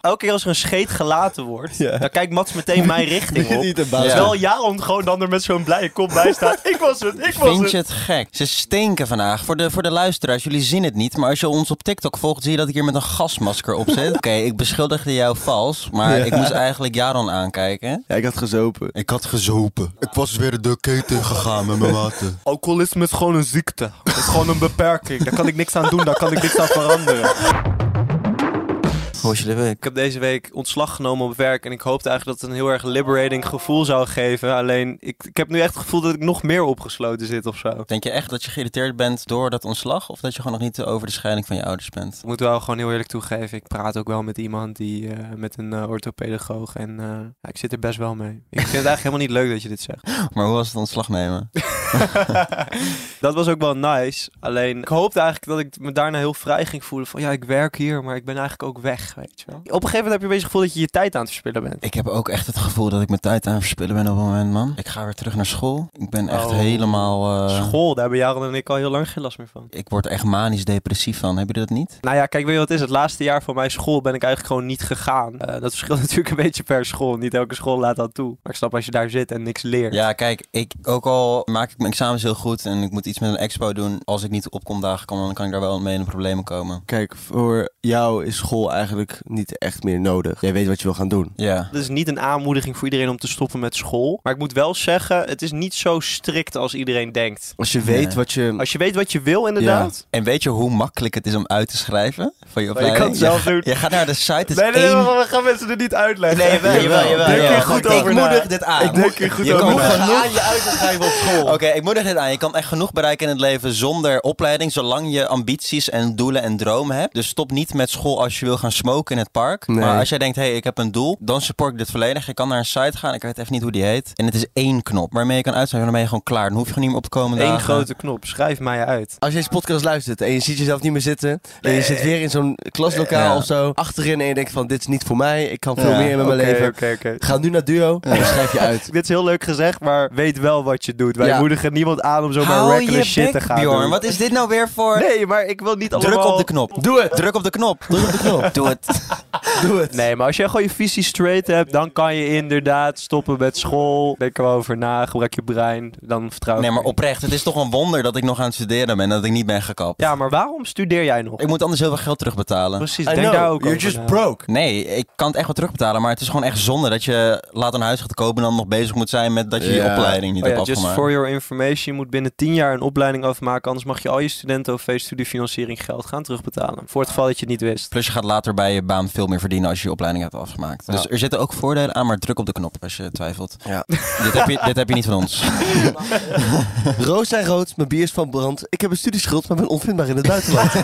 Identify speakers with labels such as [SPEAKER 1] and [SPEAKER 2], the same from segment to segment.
[SPEAKER 1] elke keer als er een scheet gelaten wordt,
[SPEAKER 2] Ja.
[SPEAKER 1] dan kijkt Mats meteen mijn richting op.
[SPEAKER 2] Niet een baas.
[SPEAKER 1] Terwijl Jaron gewoon dan er met zo'n blije kop bij staat. Ik was het, ik was
[SPEAKER 3] Vind je
[SPEAKER 1] het.
[SPEAKER 3] het gek? Ze stinken vandaag. Voor de, voor de luisteraars, jullie zien het niet. Maar als je ons op TikTok volgt, zie je dat ik hier met een gasmasker op zit. Oké, ik beschuldigde jou vals. Maar ik moest eigenlijk Jaron aankijken.
[SPEAKER 2] Ja, ik had gezopen.
[SPEAKER 3] Ik had gezopen. Ik was weer de keten gegaan met mijn water.
[SPEAKER 1] Alcoholisme is gewoon een ziekte. Het is gewoon een beperking. Daar kan ik niks aan doen, daar kan ik niks aan veranderen.
[SPEAKER 3] Hoe was je de week?
[SPEAKER 1] Ik heb deze week ontslag genomen op werk en ik hoopte eigenlijk dat het een heel erg liberating gevoel zou geven. Alleen, ik, ik heb nu echt het gevoel dat ik nog meer opgesloten zit of zo.
[SPEAKER 3] Denk je echt dat je geïrriteerd bent door dat ontslag? Of dat je gewoon nog niet over de scheiding van je ouders bent?
[SPEAKER 1] Ik moet wel gewoon heel eerlijk toegeven, ik praat ook wel met iemand die, eh, met een eh, orthopedagoog en eh, ja, ik zit er best wel mee. Ik vind het eigenlijk helemaal niet leuk dat je dit zegt.
[SPEAKER 3] Maar hoe was het ontslag nemen?
[SPEAKER 1] dat was ook wel nice. Alleen ik hoopte eigenlijk dat ik me daarna heel vrij ging voelen. Van ja, ik werk hier, maar ik ben eigenlijk ook weg, weet je wel. Op een gegeven moment heb je een beetje het gevoel dat je je tijd aan het verspillen bent.
[SPEAKER 3] Ik heb ook echt het gevoel dat ik mijn tijd aan het verspillen ben op het moment, man. Ik ga weer terug naar school. Ik ben echt
[SPEAKER 1] Oh.
[SPEAKER 3] helemaal... eh,
[SPEAKER 1] School, daar hebben Jaron en ik al heel lang geen last meer van.
[SPEAKER 3] Ik word echt manisch depressief van. Hebben jullie dat niet?
[SPEAKER 1] Nou ja, kijk, weet je wat het is? Het laatste jaar van mijn school ben ik eigenlijk gewoon niet gegaan. Eh, dat verschilt natuurlijk een beetje per school. Niet elke school laat dat toe. Maar ik snap als je daar zit en niks leert.
[SPEAKER 3] Ja, kijk, ik, ook al maak ik mijn examens heel goed en ik moet iets met een expo doen. Als ik niet opkom dagen kan, dan kan ik daar wel mee in de problemen komen.
[SPEAKER 2] Kijk, voor jou is school eigenlijk niet echt meer nodig. Jij weet wat je wil gaan doen.
[SPEAKER 3] Ja.
[SPEAKER 1] Dat is niet een aanmoediging voor iedereen om te stoppen met school. Maar ik moet wel zeggen, het is niet zo strikt als iedereen denkt.
[SPEAKER 2] Als je weet
[SPEAKER 3] Nee.
[SPEAKER 2] wat je...
[SPEAKER 1] Als je weet wat je wil, inderdaad.
[SPEAKER 3] En weet je hoe makkelijk het is om uit te schrijven van je
[SPEAKER 1] Maar je
[SPEAKER 3] opleiding?
[SPEAKER 1] kan het zelf doen.
[SPEAKER 3] Je gaat naar de site, het is
[SPEAKER 1] Nee, nee, nee,
[SPEAKER 3] één...
[SPEAKER 1] we gaan mensen er niet uitleggen.
[SPEAKER 3] Nee, jawel, jawel, jawel.
[SPEAKER 1] Denk
[SPEAKER 3] jawel.
[SPEAKER 1] er goed
[SPEAKER 3] ik
[SPEAKER 1] over na.
[SPEAKER 3] moedig dit aan.
[SPEAKER 1] Ik denk er goed
[SPEAKER 3] Je
[SPEAKER 1] over
[SPEAKER 3] kan
[SPEAKER 1] na.
[SPEAKER 3] genoeg-
[SPEAKER 1] aan je uit te schrijven op school.
[SPEAKER 3] Oké, ik moedig dit aan. Je kan echt genoeg bereiken in het leven zonder opleiding, zolang je ambities en doelen en dromen hebt. Dus stop niet met school als je wil gaan smoken in het park.
[SPEAKER 2] Nee.
[SPEAKER 3] Maar als jij denkt, hé, hey, ik heb een doel, dan support ik dit volledig. Je kan naar een site gaan, ik weet even niet hoe die heet. En het is één knop waarmee je kan uitschrijven en dan ben je gewoon klaar. Dan hoef je gewoon niet meer op te komen
[SPEAKER 1] Eén
[SPEAKER 3] dagen.
[SPEAKER 1] grote knop, schrijf mij uit.
[SPEAKER 2] Als je deze podcast luistert en je ziet jezelf niet meer zitten... en je zit weer in zo'n klaslokaal
[SPEAKER 3] Ja.
[SPEAKER 2] of zo... achterin en je denkt van dit is niet voor mij, ik kan veel
[SPEAKER 3] Ja,
[SPEAKER 2] meer met mijn
[SPEAKER 1] Oké,
[SPEAKER 2] leven.
[SPEAKER 1] oké, oké.
[SPEAKER 2] Ga nu naar Duo en dan schrijf je uit.
[SPEAKER 1] Dit is heel leuk gezegd, maar weet wel wat je doet. Wij
[SPEAKER 2] Ja.
[SPEAKER 1] moedigen niemand aan om zomaar
[SPEAKER 3] Hou je
[SPEAKER 1] reckless shit te
[SPEAKER 3] bek,
[SPEAKER 1] gaan
[SPEAKER 3] Bjorn.
[SPEAKER 1] doen.
[SPEAKER 3] Wat is dit nou weer voor...
[SPEAKER 1] Nee, maar ik wil niet allemaal...
[SPEAKER 3] Druk op de knop.
[SPEAKER 2] Doe het!
[SPEAKER 3] Druk op de knop. Druk op de knop. Doe het.
[SPEAKER 2] Doe het!
[SPEAKER 1] Nee, maar als jij gewoon je visie straight hebt, dan kan je inderdaad stoppen met school. Denk er wel over na, gebruik je brein, dan vertrouw ik
[SPEAKER 3] Nee, maar
[SPEAKER 1] je.
[SPEAKER 3] oprecht. Het is toch een wonder dat ik nog aan het studeren ben en dat ik niet ben gekapt.
[SPEAKER 1] Ja, maar waarom studeer jij nog?
[SPEAKER 3] Ik moet anders heel veel geld terugbetalen.
[SPEAKER 1] Precies,
[SPEAKER 2] I
[SPEAKER 1] denk
[SPEAKER 2] know,
[SPEAKER 1] daar ook
[SPEAKER 2] you're
[SPEAKER 1] over
[SPEAKER 2] just
[SPEAKER 1] na.
[SPEAKER 2] broke.
[SPEAKER 3] Nee, ik kan het echt wel terugbetalen, maar het is gewoon echt zonde dat je laat een huis gaat kopen en dan nog bezig moet zijn met dat je je
[SPEAKER 2] Ja.
[SPEAKER 3] opleiding niet
[SPEAKER 1] Oh ja,
[SPEAKER 3] hebt
[SPEAKER 1] just
[SPEAKER 3] afgemaakt.
[SPEAKER 1] for your information, je moet binnen 10 jaar een opleiding afmaken, anders mag je al je studenten-OV studiefinanciering geld gaan terugbetalen. Voor het geval dat je het niet wist.
[SPEAKER 3] Plus je gaat later bij je baan veel meer verdienen als je je opleiding hebt afgemaakt. Dus er zitten ook voordelen aan, maar druk op de knop als je twijfelt.
[SPEAKER 2] Ja.
[SPEAKER 3] dit, heb je, dit heb je niet van ons.
[SPEAKER 2] Roos zijn rood, mijn bier is van brand. Ik heb een studieschuld, maar ben onvindbaar in het buitenland.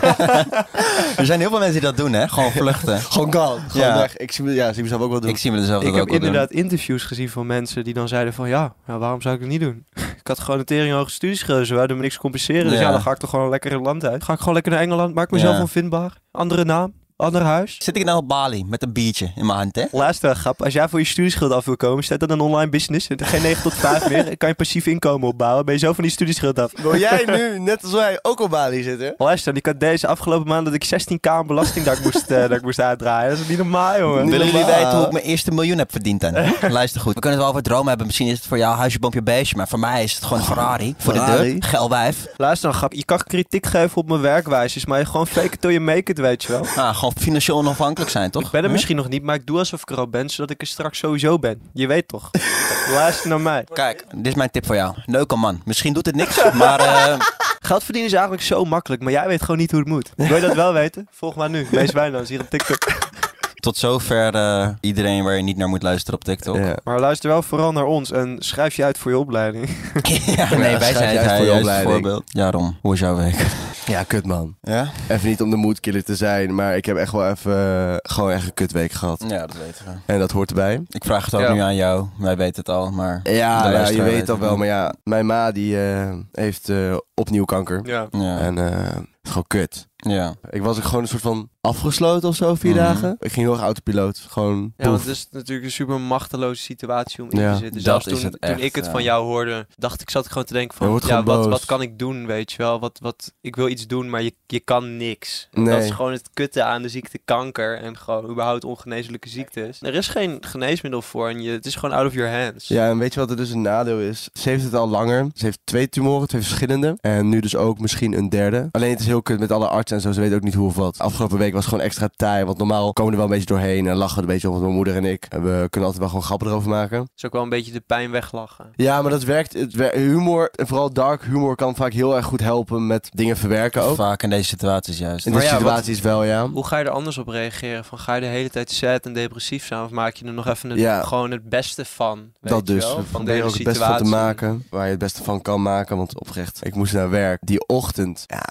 [SPEAKER 3] Er zijn heel veel mensen die dat doen, hè? Gewoon vluchten.
[SPEAKER 2] Gewoon gone. Gewoon
[SPEAKER 3] Ja.
[SPEAKER 2] weg. Ik zie, me- ja, zie mezelf ook wel doen.
[SPEAKER 3] ik zie me dezelfde
[SPEAKER 1] Ik
[SPEAKER 3] ook
[SPEAKER 1] heb
[SPEAKER 3] wel doen.
[SPEAKER 1] inderdaad interviews gezien van mensen die dan zeiden van ja, nou, waarom zou ik het niet doen? Ik had gewoon een tering hoge studieschuld, ze wilden me niks compenseren. Dus
[SPEAKER 3] Ja.
[SPEAKER 1] ja, dan ga ik toch gewoon lekker een land uit. Ga ik gewoon lekker naar Engeland, maak mezelf
[SPEAKER 3] Ja.
[SPEAKER 1] onvindbaar. Andere naam, ander huis.
[SPEAKER 3] Zit ik nou op Bali met een biertje in mijn hand, hè?
[SPEAKER 1] Laatste grap, als jij voor je studieschuld af wil komen, staat dat een online business. Geen 9 tot 5 meer, en kan je passief inkomen opbouwen. Ben je zo van die studieschuld af.
[SPEAKER 2] Wil jij nu, net als wij, ook op Bali zitten?
[SPEAKER 1] Luister, ik had deze afgelopen maand dat ik 16k aan belasting dat ik moest, eh, dat ik moest uitdraaien. Dat is niet normaal, jongen.
[SPEAKER 2] Niet
[SPEAKER 3] Willen jullie
[SPEAKER 2] normaal.
[SPEAKER 3] weten hoe ik mijn eerste miljoen heb verdiend dan? Luister goed. We kunnen het wel over dromen hebben. Misschien is het voor jou huisje, boompje, beestje. Maar voor mij is het gewoon Ferrari. Voor de
[SPEAKER 2] Ferrari.
[SPEAKER 3] deur. Geil wijf.
[SPEAKER 1] Luister dan, grap, je kan kritiek geven op mijn werkwijzes, maar je gewoon fake it till you make it, weet je wel.
[SPEAKER 3] Ah, gewoon financieel onafhankelijk zijn, toch?
[SPEAKER 1] Ik ben er
[SPEAKER 3] Huh?
[SPEAKER 1] misschien nog niet, maar ik doe alsof ik er al ben, zodat ik er straks sowieso ben. Je weet toch? Luister naar mij.
[SPEAKER 3] Kijk, dit is mijn tip voor jou. Leuke man. Misschien doet het niks, maar eh,
[SPEAKER 1] Geld verdienen is eigenlijk zo makkelijk, maar jij weet gewoon niet hoe het moet. Wil je dat wel weten? Volg mij nu. Mees Wijnands hier op TikTok.
[SPEAKER 3] tot zover eh, iedereen waar je niet naar moet luisteren op TikTok. Ja,
[SPEAKER 2] Ja.
[SPEAKER 1] Maar luister wel vooral naar ons en schrijf je uit voor je opleiding.
[SPEAKER 3] nee,
[SPEAKER 2] Ja,
[SPEAKER 3] wij
[SPEAKER 2] schrijf
[SPEAKER 3] zijn
[SPEAKER 2] je uit
[SPEAKER 3] het
[SPEAKER 2] voor je
[SPEAKER 3] juiste
[SPEAKER 2] opleiding.
[SPEAKER 3] voorbeeld. Ja, Rom, hoe is jouw week?
[SPEAKER 2] ja, kut man.
[SPEAKER 3] Ja?
[SPEAKER 2] Even niet om de moodkiller te zijn, maar ik heb echt wel even eh, gewoon echt een kutweek gehad.
[SPEAKER 3] Ja, dat weten we.
[SPEAKER 2] En dat hoort erbij.
[SPEAKER 3] Ik vraag het ook
[SPEAKER 1] Ja.
[SPEAKER 3] nu aan jou. Wij weten het al, maar...
[SPEAKER 2] Ja,
[SPEAKER 3] De
[SPEAKER 2] nou, je
[SPEAKER 3] luisteraar weet
[SPEAKER 2] weet dat
[SPEAKER 3] het
[SPEAKER 2] wel.
[SPEAKER 3] niet.
[SPEAKER 2] Maar ja, mijn ma die eh, heeft eh, opnieuw kanker.
[SPEAKER 1] Ja.
[SPEAKER 3] Ja.
[SPEAKER 2] En eh, Gewoon kut.
[SPEAKER 3] Ja.
[SPEAKER 2] Ik was ook gewoon een soort van afgesloten of zo, vier
[SPEAKER 3] Mhm.
[SPEAKER 2] dagen. Ik ging heel erg autopiloot. Gewoon.
[SPEAKER 1] Ja, want
[SPEAKER 2] poef.
[SPEAKER 1] het is natuurlijk een super machteloze situatie om in
[SPEAKER 2] Ja,
[SPEAKER 1] te zitten.
[SPEAKER 3] dat
[SPEAKER 1] Zelfs
[SPEAKER 3] is
[SPEAKER 1] toen,
[SPEAKER 3] het
[SPEAKER 1] toen
[SPEAKER 3] echt,
[SPEAKER 1] ik het
[SPEAKER 3] ja.
[SPEAKER 1] van jou hoorde, dacht ik, zat ik gewoon te denken
[SPEAKER 2] Je
[SPEAKER 1] van,
[SPEAKER 2] wordt
[SPEAKER 1] ja,
[SPEAKER 2] gewoon
[SPEAKER 1] wat,
[SPEAKER 2] boos.
[SPEAKER 1] wat kan ik doen, weet je wel? Wat, wat, ik wil iets doen, maar je, je kan niks. En Dat
[SPEAKER 2] Nee.
[SPEAKER 1] is gewoon het kutte aan de ziekte kanker en gewoon überhaupt ongeneeslijke ziektes. Er is geen geneesmiddel voor en je, het is gewoon out of your hands.
[SPEAKER 2] Ja, en weet je wat er dus een nadeel is? Ze heeft het al langer. Ze heeft twee tumoren, twee verschillende. En nu dus ook misschien een derde. Alleen het is heel kut met alle artsen en zo. Ze weten ook niet hoe of wat. Afgelopen week was gewoon extra taai. Want normaal komen we er wel een beetje doorheen en lachen we er een beetje over. want Mijn moeder en ik. En we kunnen altijd wel gewoon grappen erover maken.
[SPEAKER 1] Het is ook wel een beetje de pijn weglachen.
[SPEAKER 2] Ja, maar dat werkt. Het wer- humor, en vooral dark humor, kan vaak heel erg goed helpen met dingen verwerken ook.
[SPEAKER 3] Vaak in deze situaties juist.
[SPEAKER 2] In
[SPEAKER 1] Maar
[SPEAKER 2] dit
[SPEAKER 1] ja, wat-
[SPEAKER 2] situatie is wel, ja.
[SPEAKER 1] Hoe ga je er anders op reageren? Van, ga je de hele tijd sad en depressief zijn of maak je er nog even het,
[SPEAKER 2] Ja.
[SPEAKER 1] gewoon het beste van? weet
[SPEAKER 2] Dat
[SPEAKER 1] je
[SPEAKER 2] dus.
[SPEAKER 1] wel?
[SPEAKER 2] We
[SPEAKER 1] Van
[SPEAKER 2] proberen
[SPEAKER 1] deze
[SPEAKER 2] ook het beste van te
[SPEAKER 1] situatie.
[SPEAKER 2] maken. Waar je het beste van kan maken. Want oprecht, ik moest naar werk. Die ochtend. Ja,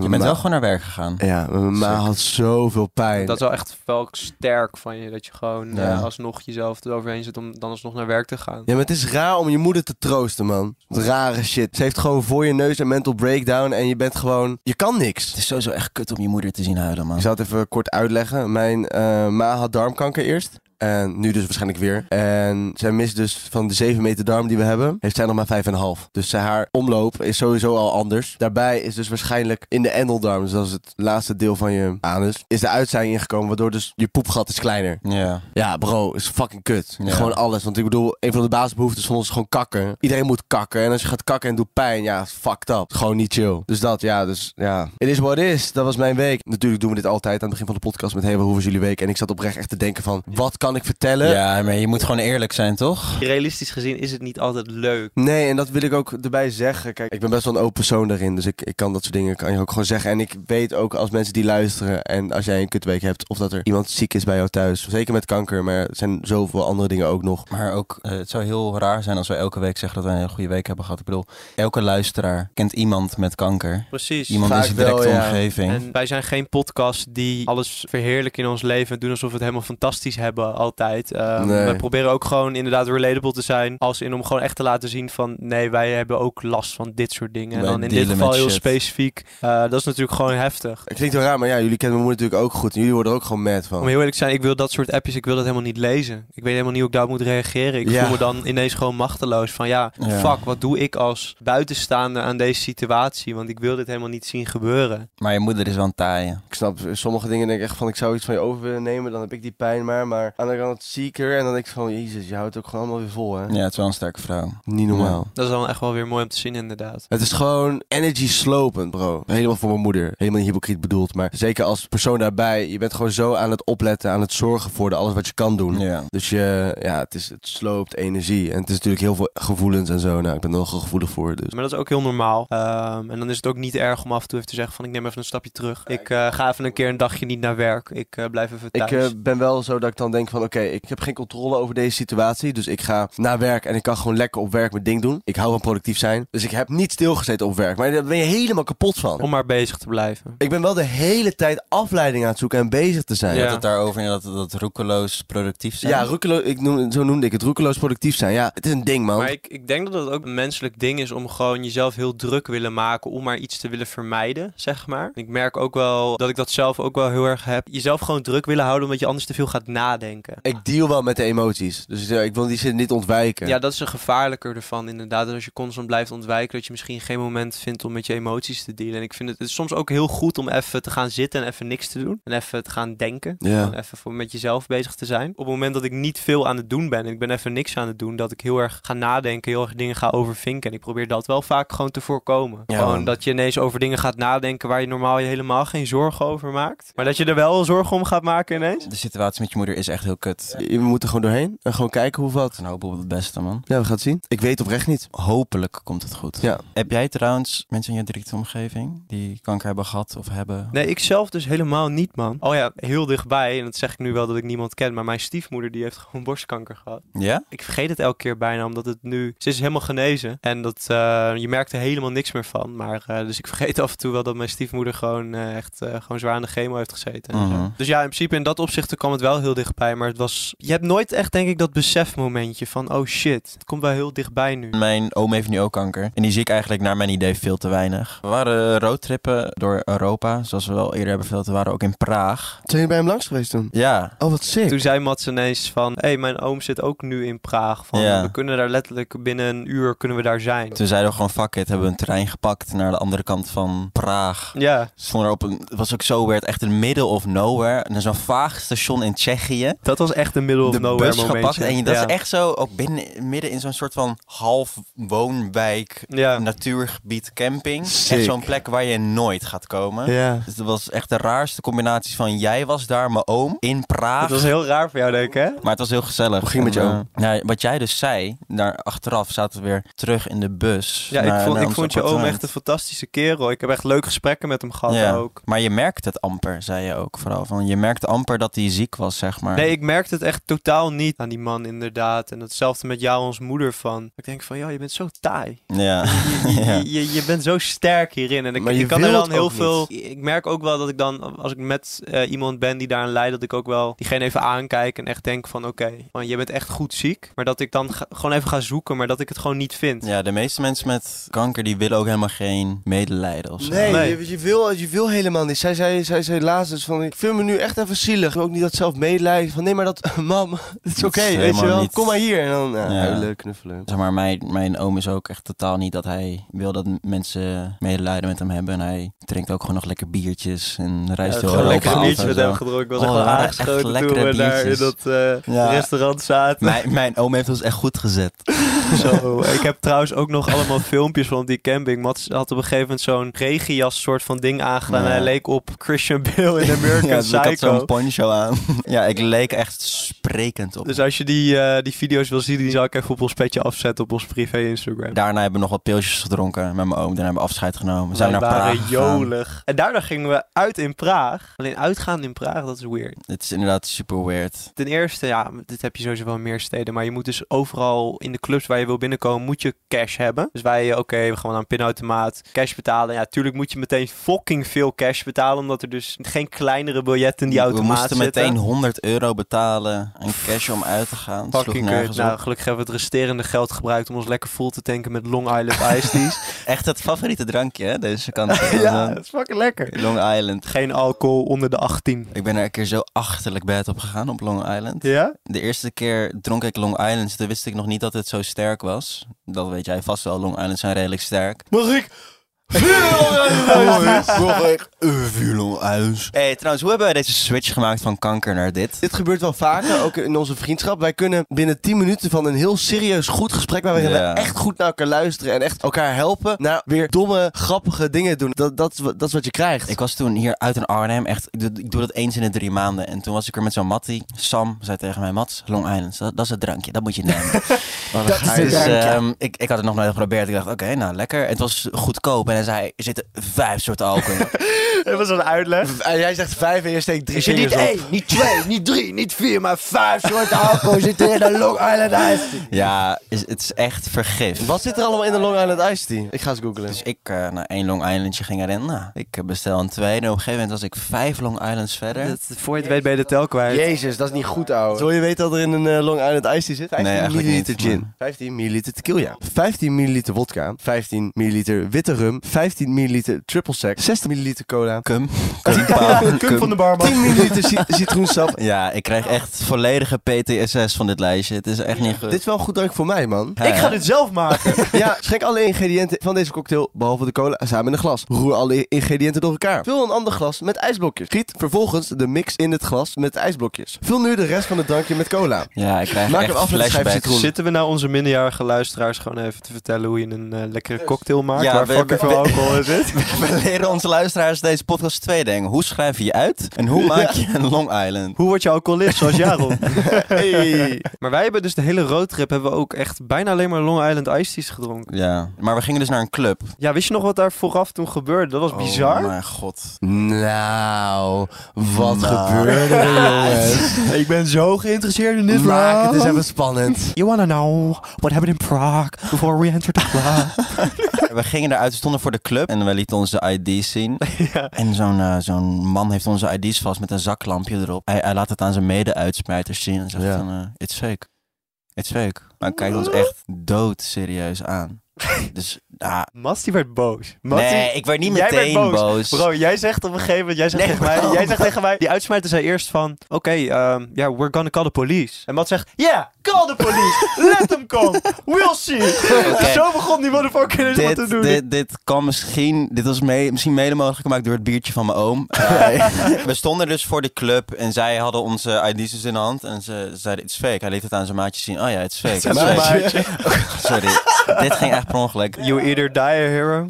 [SPEAKER 3] Je bent wel gewoon naar werk gegaan.
[SPEAKER 2] Ja, mijn ma
[SPEAKER 3] Sick.
[SPEAKER 2] had zoveel pijn.
[SPEAKER 1] Dat is wel echt wel sterk van je. Dat je gewoon
[SPEAKER 3] Ja.
[SPEAKER 1] eh, alsnog jezelf eroverheen zit om dan alsnog naar werk te gaan.
[SPEAKER 2] Ja, maar het is raar om je moeder te troosten, man. Rare shit. Ze heeft gewoon voor je neus een mental breakdown en je bent gewoon... Je kan niks.
[SPEAKER 3] Het is sowieso echt kut om je moeder te zien huilen, man.
[SPEAKER 2] Ik zal het even kort uitleggen. Mijn eh, ma had darmkanker eerst. En nu dus waarschijnlijk weer. En zij mist dus van de 7 meter darm die we hebben, heeft zij nog maar 5,5. Dus zij- haar omloop is sowieso al anders. Daarbij is dus waarschijnlijk in de endeldarm, dus dat is het laatste deel van je anus, is de uitzaaiing ingekomen, waardoor dus je poepgat is kleiner.
[SPEAKER 3] Ja.
[SPEAKER 2] Ja, bro, is fucking kut.
[SPEAKER 3] Ja.
[SPEAKER 2] Gewoon alles. Want ik bedoel, een van de basisbehoeftes van ons is gewoon kakken. Iedereen moet kakken. En als je gaat kakken en doet pijn, ja, is fucked up. Gewoon niet chill. Dus dat, ja, dus ja. It is what it is. Dat was mijn week. Natuurlijk doen we dit altijd aan het begin van de podcast met hey, hoe was jullie week? En ik zat oprecht echt te denken van, wat kan ik vertellen?
[SPEAKER 3] ja, maar je moet gewoon eerlijk zijn, toch?
[SPEAKER 1] Realistisch gezien is het niet altijd leuk.
[SPEAKER 2] Nee, en dat wil ik ook erbij zeggen. Kijk, ik ben best wel een open persoon daarin. Dus ik, ik kan dat soort dingen kan je ook gewoon zeggen. En ik weet ook als mensen die luisteren en als jij een kutweek hebt... of dat er iemand ziek is bij jou thuis. Zeker met kanker, maar er zijn zoveel andere dingen ook nog.
[SPEAKER 3] Maar ook, eh, het zou heel raar zijn als we elke week zeggen dat we een hele goede week hebben gehad. Ik bedoel, elke luisteraar kent iemand met kanker.
[SPEAKER 1] Precies.
[SPEAKER 3] Iemand
[SPEAKER 2] Vaak
[SPEAKER 3] in zijn directe
[SPEAKER 2] wel, ja.
[SPEAKER 3] omgeving.
[SPEAKER 1] En wij zijn geen podcast die alles verheerlijken in ons leven en doen alsof we het helemaal fantastisch hebben altijd. Ehm,
[SPEAKER 2] Nee.
[SPEAKER 1] We proberen ook gewoon inderdaad relatable te zijn. Als in om gewoon echt te laten zien van nee, wij hebben ook last van dit soort dingen. En
[SPEAKER 3] Wij
[SPEAKER 1] dan in dit
[SPEAKER 3] dealen
[SPEAKER 1] geval
[SPEAKER 3] met
[SPEAKER 1] heel
[SPEAKER 3] shit.
[SPEAKER 1] specifiek. Eh, dat is natuurlijk gewoon heftig.
[SPEAKER 2] Het klinkt wel raar, maar ja, jullie kennen mijn moeder natuurlijk ook goed. En jullie worden er ook gewoon mad
[SPEAKER 1] Om
[SPEAKER 2] van.
[SPEAKER 1] heel eerlijk te zijn, ik wil dat soort appjes, ik wil dat helemaal niet lezen. Ik weet helemaal niet hoe ik daarop moet reageren. Ik
[SPEAKER 2] Ja.
[SPEAKER 1] voel me dan ineens gewoon machteloos van ja,
[SPEAKER 3] Ja.
[SPEAKER 1] fuck, wat doe ik als buitenstaander aan deze situatie? Want ik wil dit helemaal niet zien gebeuren.
[SPEAKER 3] Maar je moeder is wel een taaie.
[SPEAKER 2] Ik snap sommige dingen denk ik echt van, ik zou iets van je over willen nemen. Dan heb ik die pijn maar. Maar aan de andere kant zie ik er en dan denk ik van, jezus, je houdt het ook gewoon allemaal weer vol, hè.
[SPEAKER 3] Ja, het is wel een sterke vrouw.
[SPEAKER 2] Niet normaal.
[SPEAKER 1] Dat is dan echt wel weer mooi om te zien inderdaad.
[SPEAKER 2] Het is gewoon energy slopend, bro. Helemaal voor mijn moeder. Helemaal niet hypocriet bedoeld. Maar zeker als persoon daarbij, je bent gewoon zo aan het opletten, aan het zorgen voor de, alles wat je kan doen.
[SPEAKER 3] Ja.
[SPEAKER 2] Dus je, ja, het, is, het sloopt energie. En het is natuurlijk heel veel gevoelens en zo. Nou, ik ben er nogal gevoelig voor, dus.
[SPEAKER 1] Maar dat is ook heel normaal. Ehm, en dan is het ook niet erg om af en toe even te zeggen van ik neem even een stapje terug. Ik eh, ga even een keer een dagje niet naar werk. Ik eh, blijf even thuis.
[SPEAKER 2] Ik eh, ben wel zo dat ik dan denk van oké, ik heb geen controle over deze situatie. Dus ik ga naar werk en ik kan gewoon lekker op werk mijn ding doen. Ik hou van productief zijn. Dus ik heb niet stilgezeten op werk. Maar daar ben je helemaal kapot van.
[SPEAKER 1] Om maar bezig te blijven.
[SPEAKER 2] Ik ben wel de hele tijd afleiding aan het zoeken en bezig te zijn. Dus
[SPEAKER 1] Ja.
[SPEAKER 3] Je had het daarover inderdaad dat, dat roekeloos productief zijn.
[SPEAKER 2] Ja, roekeloos, ik noem, zo noemde ik het. Roekeloos productief zijn. Ja, het is een ding, man.
[SPEAKER 1] Maar ik, ik denk dat het ook een menselijk ding is om gewoon jezelf heel druk willen maken om maar iets te willen vermijden, zeg maar. Ik merk ook wel dat ik dat zelf ook wel heel erg heb. Jezelf gewoon druk willen houden omdat je anders te veel gaat nadenken.
[SPEAKER 2] Ik deal wel met de emoties. Dus eh, ik wil die zin niet ontwijken.
[SPEAKER 1] Ja, dat is een gevaarlijker ervan inderdaad. Dat als je constant blijft ontwijken, dat je misschien geen moment vindt om met je emoties te dealen. En ik vind het, het is soms ook heel goed om even te gaan zitten en even niks te doen. En even te gaan denken.
[SPEAKER 2] Ja.
[SPEAKER 1] Gewoon even voor met jezelf bezig te zijn. Op het moment dat ik niet veel aan het doen ben en ik ben even niks aan het doen, dat ik heel erg ga nadenken, heel erg dingen ga overvinken. En ik probeer dat wel vaak gewoon te voorkomen.
[SPEAKER 2] Ja,
[SPEAKER 1] gewoon
[SPEAKER 2] man.
[SPEAKER 1] dat je ineens over dingen gaat nadenken waar je normaal je helemaal geen zorgen over maakt. Maar dat je er wel zorgen om gaat maken ineens.
[SPEAKER 3] De situatie met je moeder is echt heel kut.
[SPEAKER 2] Je- We moeten gewoon doorheen en gewoon kijken hoe wat.
[SPEAKER 3] En hopen op het beste, man.
[SPEAKER 2] Ja, we gaan het zien. Ik weet oprecht niet.
[SPEAKER 3] Hopelijk komt het goed.
[SPEAKER 2] Ja.
[SPEAKER 3] Heb jij trouwens mensen in je directe omgeving die kanker hebben gehad of hebben?
[SPEAKER 1] Nee, ik zelf dus helemaal niet, man. Oh ja, heel dichtbij, en dat zeg ik nu wel dat ik niemand ken, maar mijn stiefmoeder die heeft gewoon borstkanker gehad.
[SPEAKER 3] Ja?
[SPEAKER 1] Ik vergeet het elke keer bijna, omdat het nu... Ze is helemaal genezen en dat, eh, je merkt er helemaal niks meer van. Maar, eh, dus ik vergeet af en toe wel dat mijn stiefmoeder gewoon eh, echt eh, gewoon zwaar aan de chemo heeft gezeten. en zo.
[SPEAKER 3] Mhm.
[SPEAKER 1] Dus ja, in principe in dat opzicht kwam het wel heel dichtbij. Maar maar het was... Je hebt nooit echt, denk ik, dat besefmomentje van... Oh shit, het komt wel heel dichtbij nu.
[SPEAKER 3] Mijn oom heeft nu ook kanker. En die zie ik eigenlijk naar mijn idee veel te weinig. We waren roadtrippen door Europa, zoals we wel eerder hebben verteld. We waren ook in Praag.
[SPEAKER 2] Zijn jullie bij hem langs geweest toen?
[SPEAKER 3] Ja.
[SPEAKER 2] Oh, wat sick.
[SPEAKER 1] Toen zei Mats ineens van... Hé, hey, mijn oom zit ook nu in Praag. Van,
[SPEAKER 3] Ja.
[SPEAKER 1] We kunnen daar letterlijk binnen een uur kunnen we daar zijn.
[SPEAKER 3] Toen zeiden we gewoon fuck it, hebben we een trein gepakt naar de andere kant van Praag.
[SPEAKER 1] Ja,
[SPEAKER 3] Stond er op een, het was ook zo werd echt in middle of nowhere. En zo'n vaag station in Tsjechië.
[SPEAKER 1] dat was echt een middle of
[SPEAKER 3] de
[SPEAKER 1] nowhere
[SPEAKER 3] bus
[SPEAKER 1] momentje.
[SPEAKER 3] gepakt. En je- dat
[SPEAKER 1] ja.
[SPEAKER 3] is echt zo, ook binnen, midden in zo'n soort van half woonwijk,
[SPEAKER 1] Ja.
[SPEAKER 3] natuurgebied, camping.
[SPEAKER 2] Sick.
[SPEAKER 3] Echt zo'n plek waar je nooit gaat komen.
[SPEAKER 2] Ja.
[SPEAKER 3] Dus dat was echt de raarste combinatie van jij was daar, mijn oom, in Praag.
[SPEAKER 1] Dat was heel raar voor jou, denk ik, hè?
[SPEAKER 3] Maar het was heel gezellig.
[SPEAKER 2] Hoe ging het met
[SPEAKER 3] En,
[SPEAKER 2] je
[SPEAKER 3] eh, nou, wat jij dus zei, daar achteraf zaten we weer terug in de bus.
[SPEAKER 1] Ja,
[SPEAKER 3] naar-
[SPEAKER 1] ik vond,
[SPEAKER 3] naar
[SPEAKER 1] ik
[SPEAKER 3] ons
[SPEAKER 1] vond je oom
[SPEAKER 3] appartement.
[SPEAKER 1] echt een fantastische kerel. Ik heb echt leuke gesprekken met hem gehad
[SPEAKER 3] Ja.
[SPEAKER 1] ook.
[SPEAKER 3] Maar je merkt het amper, zei je ook vooral. Van, je merkte amper dat hij ziek was, zeg maar.
[SPEAKER 1] Nee, ik merkte het echt totaal niet aan die man inderdaad. En hetzelfde met jou, ons moeder van. Ik denk van, ja, je bent zo taai.
[SPEAKER 3] Ja.
[SPEAKER 1] Je,
[SPEAKER 3] Ja.
[SPEAKER 1] je, je bent zo sterk hierin. En ik,
[SPEAKER 2] Maar je
[SPEAKER 1] ik kan er
[SPEAKER 2] wilt
[SPEAKER 1] dan heel
[SPEAKER 2] ook
[SPEAKER 1] veel... Ik merk ook wel dat ik dan, als ik met eh, iemand ben die daaraan leidt... dat ik ook wel diegene even aankijk en echt denk van... Oké, man, je bent echt goed ziek. Maar dat ik dan ga- gewoon even ga zoeken, maar dat ik het gewoon niet vind.
[SPEAKER 3] ja, de meeste mensen met kanker die willen ook helemaal geen medelijden of zo.
[SPEAKER 2] Nee,
[SPEAKER 1] Nee.
[SPEAKER 2] Je, je wil, je wil helemaal niet. Zij zei, zij zei laatst dus van, ik vind me nu echt even zielig. Ook niet dat zelf medelijden. Van, nee, maar dat, mam, het is
[SPEAKER 3] is
[SPEAKER 2] oké, weet je
[SPEAKER 3] helemaal
[SPEAKER 2] wel.
[SPEAKER 3] niet-
[SPEAKER 2] Kom maar hier. En dan, ja,
[SPEAKER 3] Ja.
[SPEAKER 2] huilen, knuffelen.
[SPEAKER 3] Zeg maar, mijn, mijn oom is ook echt totaal niet dat hij wil dat m- mensen medelijden met hem hebben. En hij drinkt ook gewoon nog lekker biertjes en
[SPEAKER 1] Ja,
[SPEAKER 3] reist heel
[SPEAKER 1] gewoon
[SPEAKER 3] Europa
[SPEAKER 1] lekker een
[SPEAKER 3] af
[SPEAKER 1] biertje
[SPEAKER 3] en
[SPEAKER 1] met
[SPEAKER 3] zo.
[SPEAKER 1] hem gedronken. Ik was
[SPEAKER 3] Oh,
[SPEAKER 1] echt wel
[SPEAKER 3] dat waren echt
[SPEAKER 1] aangeschoten toen
[SPEAKER 3] lekkere
[SPEAKER 1] we daar in
[SPEAKER 3] biertjes.
[SPEAKER 1] dat eh,
[SPEAKER 3] Ja.
[SPEAKER 1] restaurant zaten.
[SPEAKER 3] Mijn, mijn oom heeft ons echt goed gezet.
[SPEAKER 1] Zo, ik heb trouwens ook nog allemaal filmpjes van op die camping. Mats had op een gegeven moment zo'n regenjas soort van ding aangedaan.
[SPEAKER 3] Ja.
[SPEAKER 1] En hij leek op Christian Bale in American
[SPEAKER 3] Ja, dus ik had
[SPEAKER 1] Psycho.
[SPEAKER 3] zo'n poncho aan. Ja, ik leek echt sprekend op.
[SPEAKER 1] Dus als je die, eh, die video's wil zien, die zal ik even op ons petje afzetten op ons privé Instagram.
[SPEAKER 3] Daarna hebben we nog wat pilsjes gedronken met mijn oom. Daarna hebben we afscheid genomen. We
[SPEAKER 1] We
[SPEAKER 3] zijn naar Praag
[SPEAKER 1] waren
[SPEAKER 3] gegaan.
[SPEAKER 1] jolig. En daarna gingen we uit in Praag. Alleen uitgaan in Praag, dat is weird.
[SPEAKER 3] Het is inderdaad super weird.
[SPEAKER 1] Ten eerste, ja, dit heb je sowieso wel in meer steden. Maar je moet dus overal in de clubs waar je wil binnenkomen, moet je cash hebben. Dus wij, oké, we gaan wel naar een pinautomaat, cash betalen. Ja, tuurlijk moet je meteen fucking veel cash betalen. Omdat er dus geen kleinere biljetten in die
[SPEAKER 3] we
[SPEAKER 1] automaat
[SPEAKER 3] moesten
[SPEAKER 1] zitten.
[SPEAKER 3] meteen 100 euro betalen en cash om uit te gaan. Het sloeg
[SPEAKER 1] Fucking kut.
[SPEAKER 3] nergens
[SPEAKER 1] Nou,
[SPEAKER 3] op.
[SPEAKER 1] gelukkig hebben we het resterende geld gebruikt om ons lekker vol te tanken met Long Island Ice Teas.
[SPEAKER 3] Echt het favoriete drankje, hè? Deze kant.
[SPEAKER 1] ja, dat is fucking lekker.
[SPEAKER 3] Long Island.
[SPEAKER 1] Geen alcohol onder de 18.
[SPEAKER 3] Ik ben er een keer zo achterlijk bad op gegaan op Long Island.
[SPEAKER 1] Ja?
[SPEAKER 3] De eerste keer dronk ik Long Island. Toen wist ik nog niet dat het zo sterk was. Dat weet jij vast wel. Long Island zijn redelijk sterk.
[SPEAKER 2] Mag ik?
[SPEAKER 3] Nog echt een vuur Long Island. hey, trouwens, hoe hebben wij deze switch gemaakt van kanker naar dit?
[SPEAKER 2] Dit gebeurt wel vaker, ook in onze vriendschap. Wij kunnen binnen 10 minuten van een heel serieus goed gesprek... waarin
[SPEAKER 3] Ja.
[SPEAKER 2] we echt goed naar elkaar luisteren en echt elkaar helpen... naar weer domme, grappige dingen doen. Dat, dat, is wat- dat is wat je krijgt.
[SPEAKER 3] Ik was toen hier uit in Arnhem. Echt, ik doe, ik doe dat eens in de drie maanden. En toen was ik er met zo'n Mattie. Sam zei tegen mij, Mats, Long Island, dat, dat is het drankje. Dat moet je nemen.
[SPEAKER 2] Oh,
[SPEAKER 3] dat
[SPEAKER 2] dan ga je
[SPEAKER 3] dus,
[SPEAKER 2] dus, eh,
[SPEAKER 3] ehm, ik, ik had het nog nooit geprobeerd. Ik dacht, oké, nou lekker. Het was goedkoop. En hij zei, er zitten vijf soorten alcohol in.
[SPEAKER 1] Dat was een uitleg.
[SPEAKER 2] En jij zegt vijf en je steekt drie
[SPEAKER 4] Er zit niet
[SPEAKER 2] vingers op.
[SPEAKER 4] één, niet twee, niet drie, niet vier, maar vijf soorten alcohol zitten in een Long Island Ice Tea.
[SPEAKER 3] ja, is, het is echt vergif.
[SPEAKER 2] Wat zit er allemaal in de Long Island Ice Tea? Ik ga eens googlen.
[SPEAKER 3] Dus ik eh, naar één Long Islandje ging erin. Nou, ik eh, bestel een tweede. En op een gegeven moment was ik vijf Long Islands verder.
[SPEAKER 1] Dat, voor je het weet ben je de tel kwijt.
[SPEAKER 4] Jezus, dat is niet goed, ouwe.
[SPEAKER 2] Wil je weten dat er in een eh, Long Island Ice Tea zit? 15
[SPEAKER 3] eigenlijk
[SPEAKER 2] milliliter
[SPEAKER 3] niet,
[SPEAKER 2] gin,
[SPEAKER 3] maar-
[SPEAKER 2] 15 milliliter tequila, 15 milliliter vodka, 15 milliliter witte rum, 15 milliliter triple sec, 60 milliliter cola,
[SPEAKER 3] Cum. Cum.
[SPEAKER 1] Cum van de barman.
[SPEAKER 2] 10 milliliter ci- citroensap.
[SPEAKER 3] Ja, ik krijg echt volledige PTSS van dit lijstje. Het is echt niet goed.
[SPEAKER 2] Dit is wel een goed drankje voor mij, man.
[SPEAKER 3] Ja,
[SPEAKER 1] Ik ga
[SPEAKER 3] ja.
[SPEAKER 1] dit zelf maken.
[SPEAKER 2] Ja, schenk alle ingrediënten van deze cocktail, behalve de cola, samen in een glas. Roer alle ingrediënten door elkaar. Vul een ander glas met ijsblokjes. Giet vervolgens de mix in het glas met ijsblokjes. Vul nu de rest van het drankje met cola.
[SPEAKER 3] Ja, ik krijg
[SPEAKER 2] Maak
[SPEAKER 3] echt
[SPEAKER 2] hem af met een schijf
[SPEAKER 3] flashbacks.
[SPEAKER 2] citroen.
[SPEAKER 1] Zitten we nou onze minderjarige luisteraars gewoon even te vertellen hoe je een eh, lekkere cocktail maakt?
[SPEAKER 3] Ja,
[SPEAKER 1] waar
[SPEAKER 3] we-
[SPEAKER 1] fucking
[SPEAKER 3] we-
[SPEAKER 1] veel alcohol in zit?
[SPEAKER 3] We leren onze luisteraars deze podcast twee dingen. Hoe schrijf je je uit en hoe maak je een Long Island?
[SPEAKER 1] Hoe word je alcoholist zoals Jaron? hey. Maar wij hebben dus de hele roadtrip hebben we ook echt bijna alleen maar Long Island Ice Teas gedronken.
[SPEAKER 3] Ja, maar we gingen dus naar een club.
[SPEAKER 1] Ja, wist je nog wat daar vooraf toen gebeurde? Dat was bizar.
[SPEAKER 3] Oh mijn god.
[SPEAKER 2] Nou, wat
[SPEAKER 3] Nou.
[SPEAKER 2] gebeurde er, jongens?
[SPEAKER 1] Ik ben zo geïnteresseerd in
[SPEAKER 2] Maak het eens even spannend.
[SPEAKER 1] You wanna know what happened in Prague before we entered the club?
[SPEAKER 3] We gingen eruit, we stonden voor de club en we lieten onze ID's zien.
[SPEAKER 1] Ja.
[SPEAKER 3] En zo'n eh, zo'n man heeft onze ID's vast met een zaklampje erop. Hij, hij laat het aan zijn mede-uitsmijters zien en zegt
[SPEAKER 2] Ja.
[SPEAKER 3] dan, eh, it's fake. It's fake. Maar hij kijkt ons echt dood serieus aan. Dus, ah,
[SPEAKER 1] Mats die werd boos. Mats die-
[SPEAKER 3] nee, ik werd niet
[SPEAKER 1] jij werd
[SPEAKER 3] meteen
[SPEAKER 1] boos.
[SPEAKER 3] boos.
[SPEAKER 1] Bro, jij zegt op een gegeven moment, jij zegt,
[SPEAKER 3] Nee,
[SPEAKER 1] tegen, mij,
[SPEAKER 3] bro.
[SPEAKER 1] jij zegt tegen mij, die uitsmijter zei eerst van, oké, ehm, yeah, we're gonna call the police. En Matt zegt, yeah, call the police, let them come, we'll see.
[SPEAKER 3] Oké.
[SPEAKER 1] Zo begon die motherfucker eens wat te
[SPEAKER 3] dit,
[SPEAKER 1] doen.
[SPEAKER 3] dit, dit kan misschien, dit was mee, misschien mede mogelijk gemaakt door het biertje van mijn oom. Eh, we stonden dus voor de club en zij hadden onze ID's dus in de hand. En ze zeiden, it's fake. Hij liet het aan zijn maatje zien. Oh ja, it's fake.
[SPEAKER 1] That's
[SPEAKER 3] it's
[SPEAKER 1] my
[SPEAKER 3] fake.
[SPEAKER 1] shit.
[SPEAKER 3] Sorry, dit ging echt per ongeluk.
[SPEAKER 1] You either die a hero,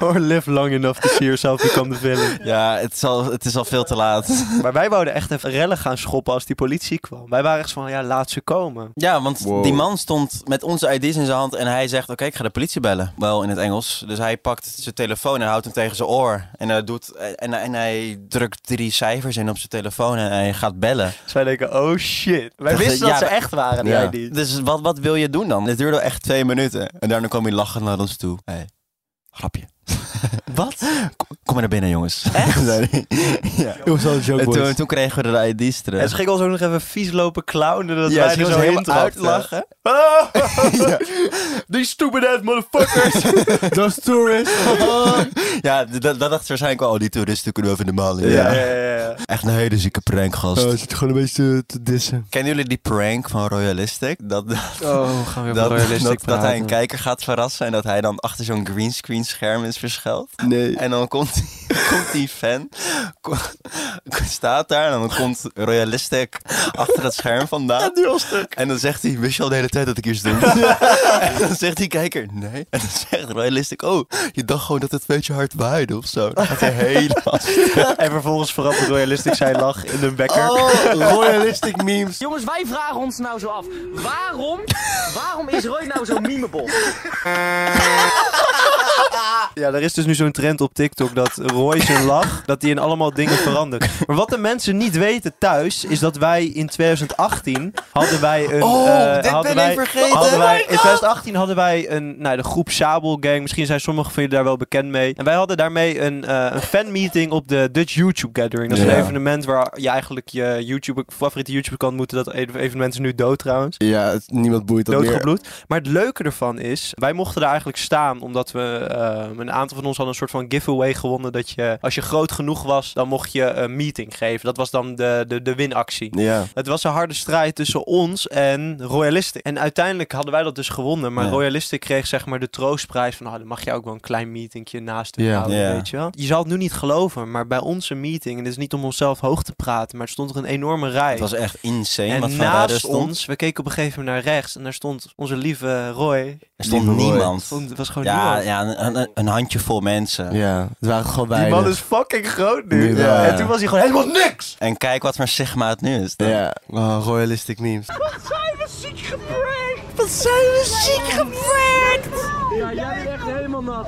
[SPEAKER 1] or live long enough to see yourself become the villain.
[SPEAKER 3] Ja, het is al, het is al veel te laat.
[SPEAKER 1] Maar wij wouden echt even rellen gaan schoppen als die politie kwam. Wij waren echt zo van, ja, laat ze komen.
[SPEAKER 3] Ja, want
[SPEAKER 2] Wow.
[SPEAKER 3] die man stond met onze ID's in zijn hand en hij zegt: Oké, ik ga de politie bellen. Wel in het Engels. Dus hij pakt zijn telefoon en houdt hem tegen zijn oor. En hij, doet, en, en hij drukt drie cijfers in op zijn telefoon en hij gaat bellen.
[SPEAKER 1] Dus wij denken, oh shit. Wij
[SPEAKER 3] Dat ze-
[SPEAKER 1] wisten dat
[SPEAKER 3] ja,
[SPEAKER 1] ze
[SPEAKER 3] maar-
[SPEAKER 1] echt waren, die
[SPEAKER 2] Ja.
[SPEAKER 1] ID's.
[SPEAKER 3] Dus wat, wat wil je doen dan? Het duurde echt twee minuten. En daarna kwam hij lachend naar ons toe. Hey, grapje.
[SPEAKER 1] Wat?
[SPEAKER 3] Kom, kom maar naar binnen, jongens. Echt? ja. En toen, toen kregen we de ID's
[SPEAKER 1] En
[SPEAKER 3] terug.
[SPEAKER 1] ze gingen ons ook nog even vies lopen clownen. Dat
[SPEAKER 3] Ja,
[SPEAKER 1] wij
[SPEAKER 3] ze
[SPEAKER 1] er
[SPEAKER 3] gingen
[SPEAKER 1] zo
[SPEAKER 3] ons
[SPEAKER 1] helemaal
[SPEAKER 3] helemaal
[SPEAKER 1] uitlachen. Die stupid ass motherfuckers.
[SPEAKER 2] Dat is tourist.
[SPEAKER 3] ja, d- dat dat dacht ze waarschijnlijk wel. Oh, die toeristen kunnen we even normaal in.
[SPEAKER 1] ja, ja, ja, ja. Oh.
[SPEAKER 3] Echt een hele zieke prank, gast.
[SPEAKER 2] Oh, zit gewoon een beetje te, te dissen.
[SPEAKER 3] Kennen jullie die prank van Royalistic? Dat, dat,
[SPEAKER 1] Oh, gaan we
[SPEAKER 3] dat, dat, dat hij een kijker gaat verrassen en dat hij dan achter zo'n greenscreen scherm is verschuild.
[SPEAKER 2] Nee.
[SPEAKER 3] En dan komt, die- komt die fan, ko- staat daar en dan komt Royalistic achter dat scherm vandaan. En dan zegt hij, wist je al de hele tijd dat ik iets doe? En dan zegt die kijker, nee. En dan zegt Royalistic, oh, je dacht gewoon dat het een beetje hard waaide of zo. Dat gaat hij helemaal...
[SPEAKER 1] En vervolgens verandert Royalistic zijn lach in een bekker.
[SPEAKER 3] Oh.
[SPEAKER 2] Royalistic memes.
[SPEAKER 5] Jongens, wij vragen ons nou zo af. Waarom, waarom is Roy nou zo'n mimebol?
[SPEAKER 1] Ja, er is dus nu zo'n trend op TikTok dat Roy zijn lach, dat die in allemaal dingen verandert. Maar wat de mensen niet weten thuis, is dat wij in 2018 hadden wij een...
[SPEAKER 3] Oh,
[SPEAKER 1] eh,
[SPEAKER 3] dit
[SPEAKER 1] hadden
[SPEAKER 3] ben ik
[SPEAKER 1] wij,
[SPEAKER 3] vergeten.
[SPEAKER 1] Hadden
[SPEAKER 3] Oh
[SPEAKER 1] wij,
[SPEAKER 3] my
[SPEAKER 1] in 2018 hadden wij een, nou, de groep Sabel Gang, misschien zijn sommigen van jullie daar wel bekend mee. En wij hadden daarmee een, eh een fanmeeting op de Dutch YouTube Gathering. Dat is
[SPEAKER 2] Ja.
[SPEAKER 1] een evenement waar je eigenlijk je YouTube, favoriete YouTuber kan ontmoeten. Dat evenement is nu dood trouwens.
[SPEAKER 2] Ja, het- niemand boeit dat meer.
[SPEAKER 1] Doodgebloed. Maar het leuke ervan is, wij mochten daar eigenlijk staan omdat we ehm, een aantal van ons hadden een soort van giveaway gewonnen dat je als je groot genoeg was, dan mocht je een meeting geven. Dat was dan de, de, de winactie.
[SPEAKER 2] Ja.
[SPEAKER 1] Het was een harde strijd tussen ons en Royalistic. En uiteindelijk hadden wij dat dus gewonnen. Maar
[SPEAKER 3] Ja.
[SPEAKER 1] Royalistic kreeg zeg maar de troostprijs van... ah, dan mag je ook wel een klein meetingje naast hem
[SPEAKER 2] Ja.
[SPEAKER 1] houden,
[SPEAKER 3] Ja.
[SPEAKER 1] weet je wel. Je zal het nu niet geloven, maar bij onze meeting... en dit is niet om onszelf hoog te praten... maar er stond er een enorme rij.
[SPEAKER 3] Het was echt insane. wat
[SPEAKER 1] En
[SPEAKER 3] van daar er
[SPEAKER 1] naast
[SPEAKER 3] stond,
[SPEAKER 1] ons, we keken op een gegeven moment naar rechts en daar stond onze lieve Roy.
[SPEAKER 3] er stond
[SPEAKER 2] Lieve Roy.
[SPEAKER 3] niemand.
[SPEAKER 1] Stond, het was gewoon
[SPEAKER 3] Ja,
[SPEAKER 1] niemand.
[SPEAKER 3] ja een, een, een handjevol mensen.
[SPEAKER 2] Ja, het waren gewoon
[SPEAKER 1] Die
[SPEAKER 2] weinig.
[SPEAKER 1] man is fucking groot nu.
[SPEAKER 2] Nu wel.
[SPEAKER 1] En toen was hij gewoon helemaal niks.
[SPEAKER 3] En kijk wat voor sigma het nu is.
[SPEAKER 2] Ja. Oh, royalistic memes.
[SPEAKER 5] Ja, jij bent echt helemaal nat.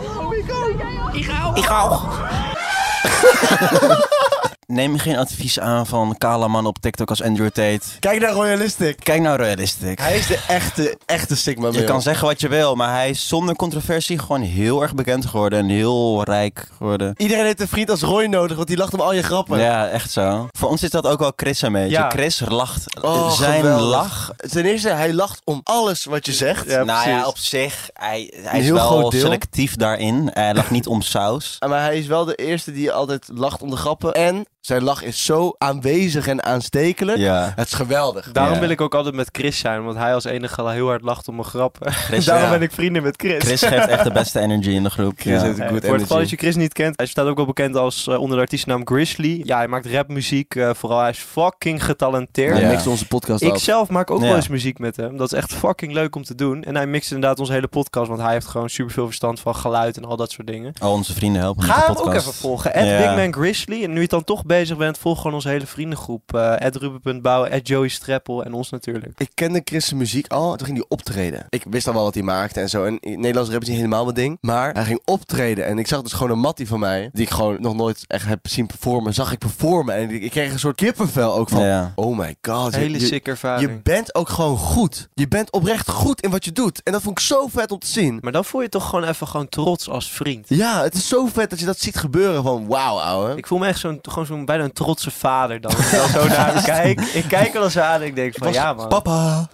[SPEAKER 3] Neem geen advies aan van kale man op TikTok als Andrew Tate.
[SPEAKER 2] Kijk naar royalistic.
[SPEAKER 3] Kijk nou realistic.
[SPEAKER 2] Hij is de echte, echte Sigma
[SPEAKER 3] Je kan zeggen wat je wil, maar hij is zonder controversie gewoon heel erg bekend geworden en heel rijk geworden.
[SPEAKER 2] Iedereen heeft een vriend als Roy nodig, want die lacht om al je grappen.
[SPEAKER 3] Ja, echt zo. Voor ons is dat ook wel Chris een beetje.
[SPEAKER 1] Ja.
[SPEAKER 3] Chris lacht.
[SPEAKER 2] Oh,
[SPEAKER 3] Zijn
[SPEAKER 2] geweldig.
[SPEAKER 3] lach.
[SPEAKER 2] Ten eerste, hij lacht om alles wat je zegt.
[SPEAKER 1] Ja,
[SPEAKER 3] nou ja,
[SPEAKER 1] precies.
[SPEAKER 3] op zich, hij, hij is
[SPEAKER 2] heel
[SPEAKER 3] wel
[SPEAKER 2] groot deel.
[SPEAKER 3] selectief daarin. Hij lacht niet om saus.
[SPEAKER 2] Maar hij is wel de eerste die altijd lacht om de grappen. En zijn lach is zo aanwezig en aanstekelijk.
[SPEAKER 3] Ja,
[SPEAKER 2] Het is geweldig.
[SPEAKER 1] Daarom
[SPEAKER 3] Ja.
[SPEAKER 1] wil ik ook altijd met Chris zijn, want hij als enige al heel hard lacht om mijn grappen.
[SPEAKER 3] Chris,
[SPEAKER 1] Daarom
[SPEAKER 3] ja.
[SPEAKER 1] ben ik vrienden met Chris.
[SPEAKER 3] Chris geeft echt de beste energy in de groep.
[SPEAKER 2] Chris
[SPEAKER 3] ja.
[SPEAKER 2] heeft een
[SPEAKER 1] Eh,
[SPEAKER 2] good
[SPEAKER 1] voor het geval dat
[SPEAKER 2] energy.
[SPEAKER 1] je Chris niet kent, hij staat ook wel bekend als eh, onder de artiestennaam Grizzly. Ja, hij maakt rapmuziek, eh, vooral hij is fucking getalenteerd.
[SPEAKER 2] Hij
[SPEAKER 3] Ja.
[SPEAKER 2] mixt onze podcast
[SPEAKER 1] Ik
[SPEAKER 2] af.
[SPEAKER 1] zelf maak ook
[SPEAKER 3] Ja.
[SPEAKER 1] wel eens muziek met hem. Dat is echt fucking leuk om te doen. En hij mixt inderdaad onze hele podcast, want hij heeft gewoon superveel verstand van geluid en al dat soort dingen.
[SPEAKER 3] Al onze vrienden helpen met
[SPEAKER 1] Ga
[SPEAKER 3] de
[SPEAKER 1] hem ook
[SPEAKER 3] podcast.
[SPEAKER 1] even volgen. At
[SPEAKER 3] Ja.
[SPEAKER 1] Bigman Grizzly. En nu je het dan toch bezig bent, volg gewoon onze hele vriendengroep. eh @ruben.bouw, @joeystrappel en ons natuurlijk.
[SPEAKER 2] Ik kende Chris' muziek al, en toen ging hij optreden. Ik wist al wel wat hij maakte en zo. En Nederlands rap is niet helemaal mijn ding. Maar hij ging optreden en ik zag dus gewoon een mattie van mij, die ik gewoon nog nooit echt heb zien performen, zag ik performen. En ik, ik kreeg een soort kippenvel ook van,
[SPEAKER 3] Ja.
[SPEAKER 2] oh my god. je-
[SPEAKER 1] Hele
[SPEAKER 2] je,
[SPEAKER 1] sick ervaring.
[SPEAKER 2] je bent ook gewoon goed. Je bent oprecht goed in wat je doet. En dat vond ik zo vet om te zien.
[SPEAKER 1] Maar dan voel je toch gewoon even gewoon trots als vriend.
[SPEAKER 2] Ja, het is zo vet dat je dat ziet gebeuren. Van wauw, ouwe.
[SPEAKER 1] Ik voel me echt zo'n, gewoon zo'n, bijna een trotse vader dan. Als ik dan zo naar hem kijk. Ik kijk wel eens aan en ik denk van, ja man.
[SPEAKER 2] Papa,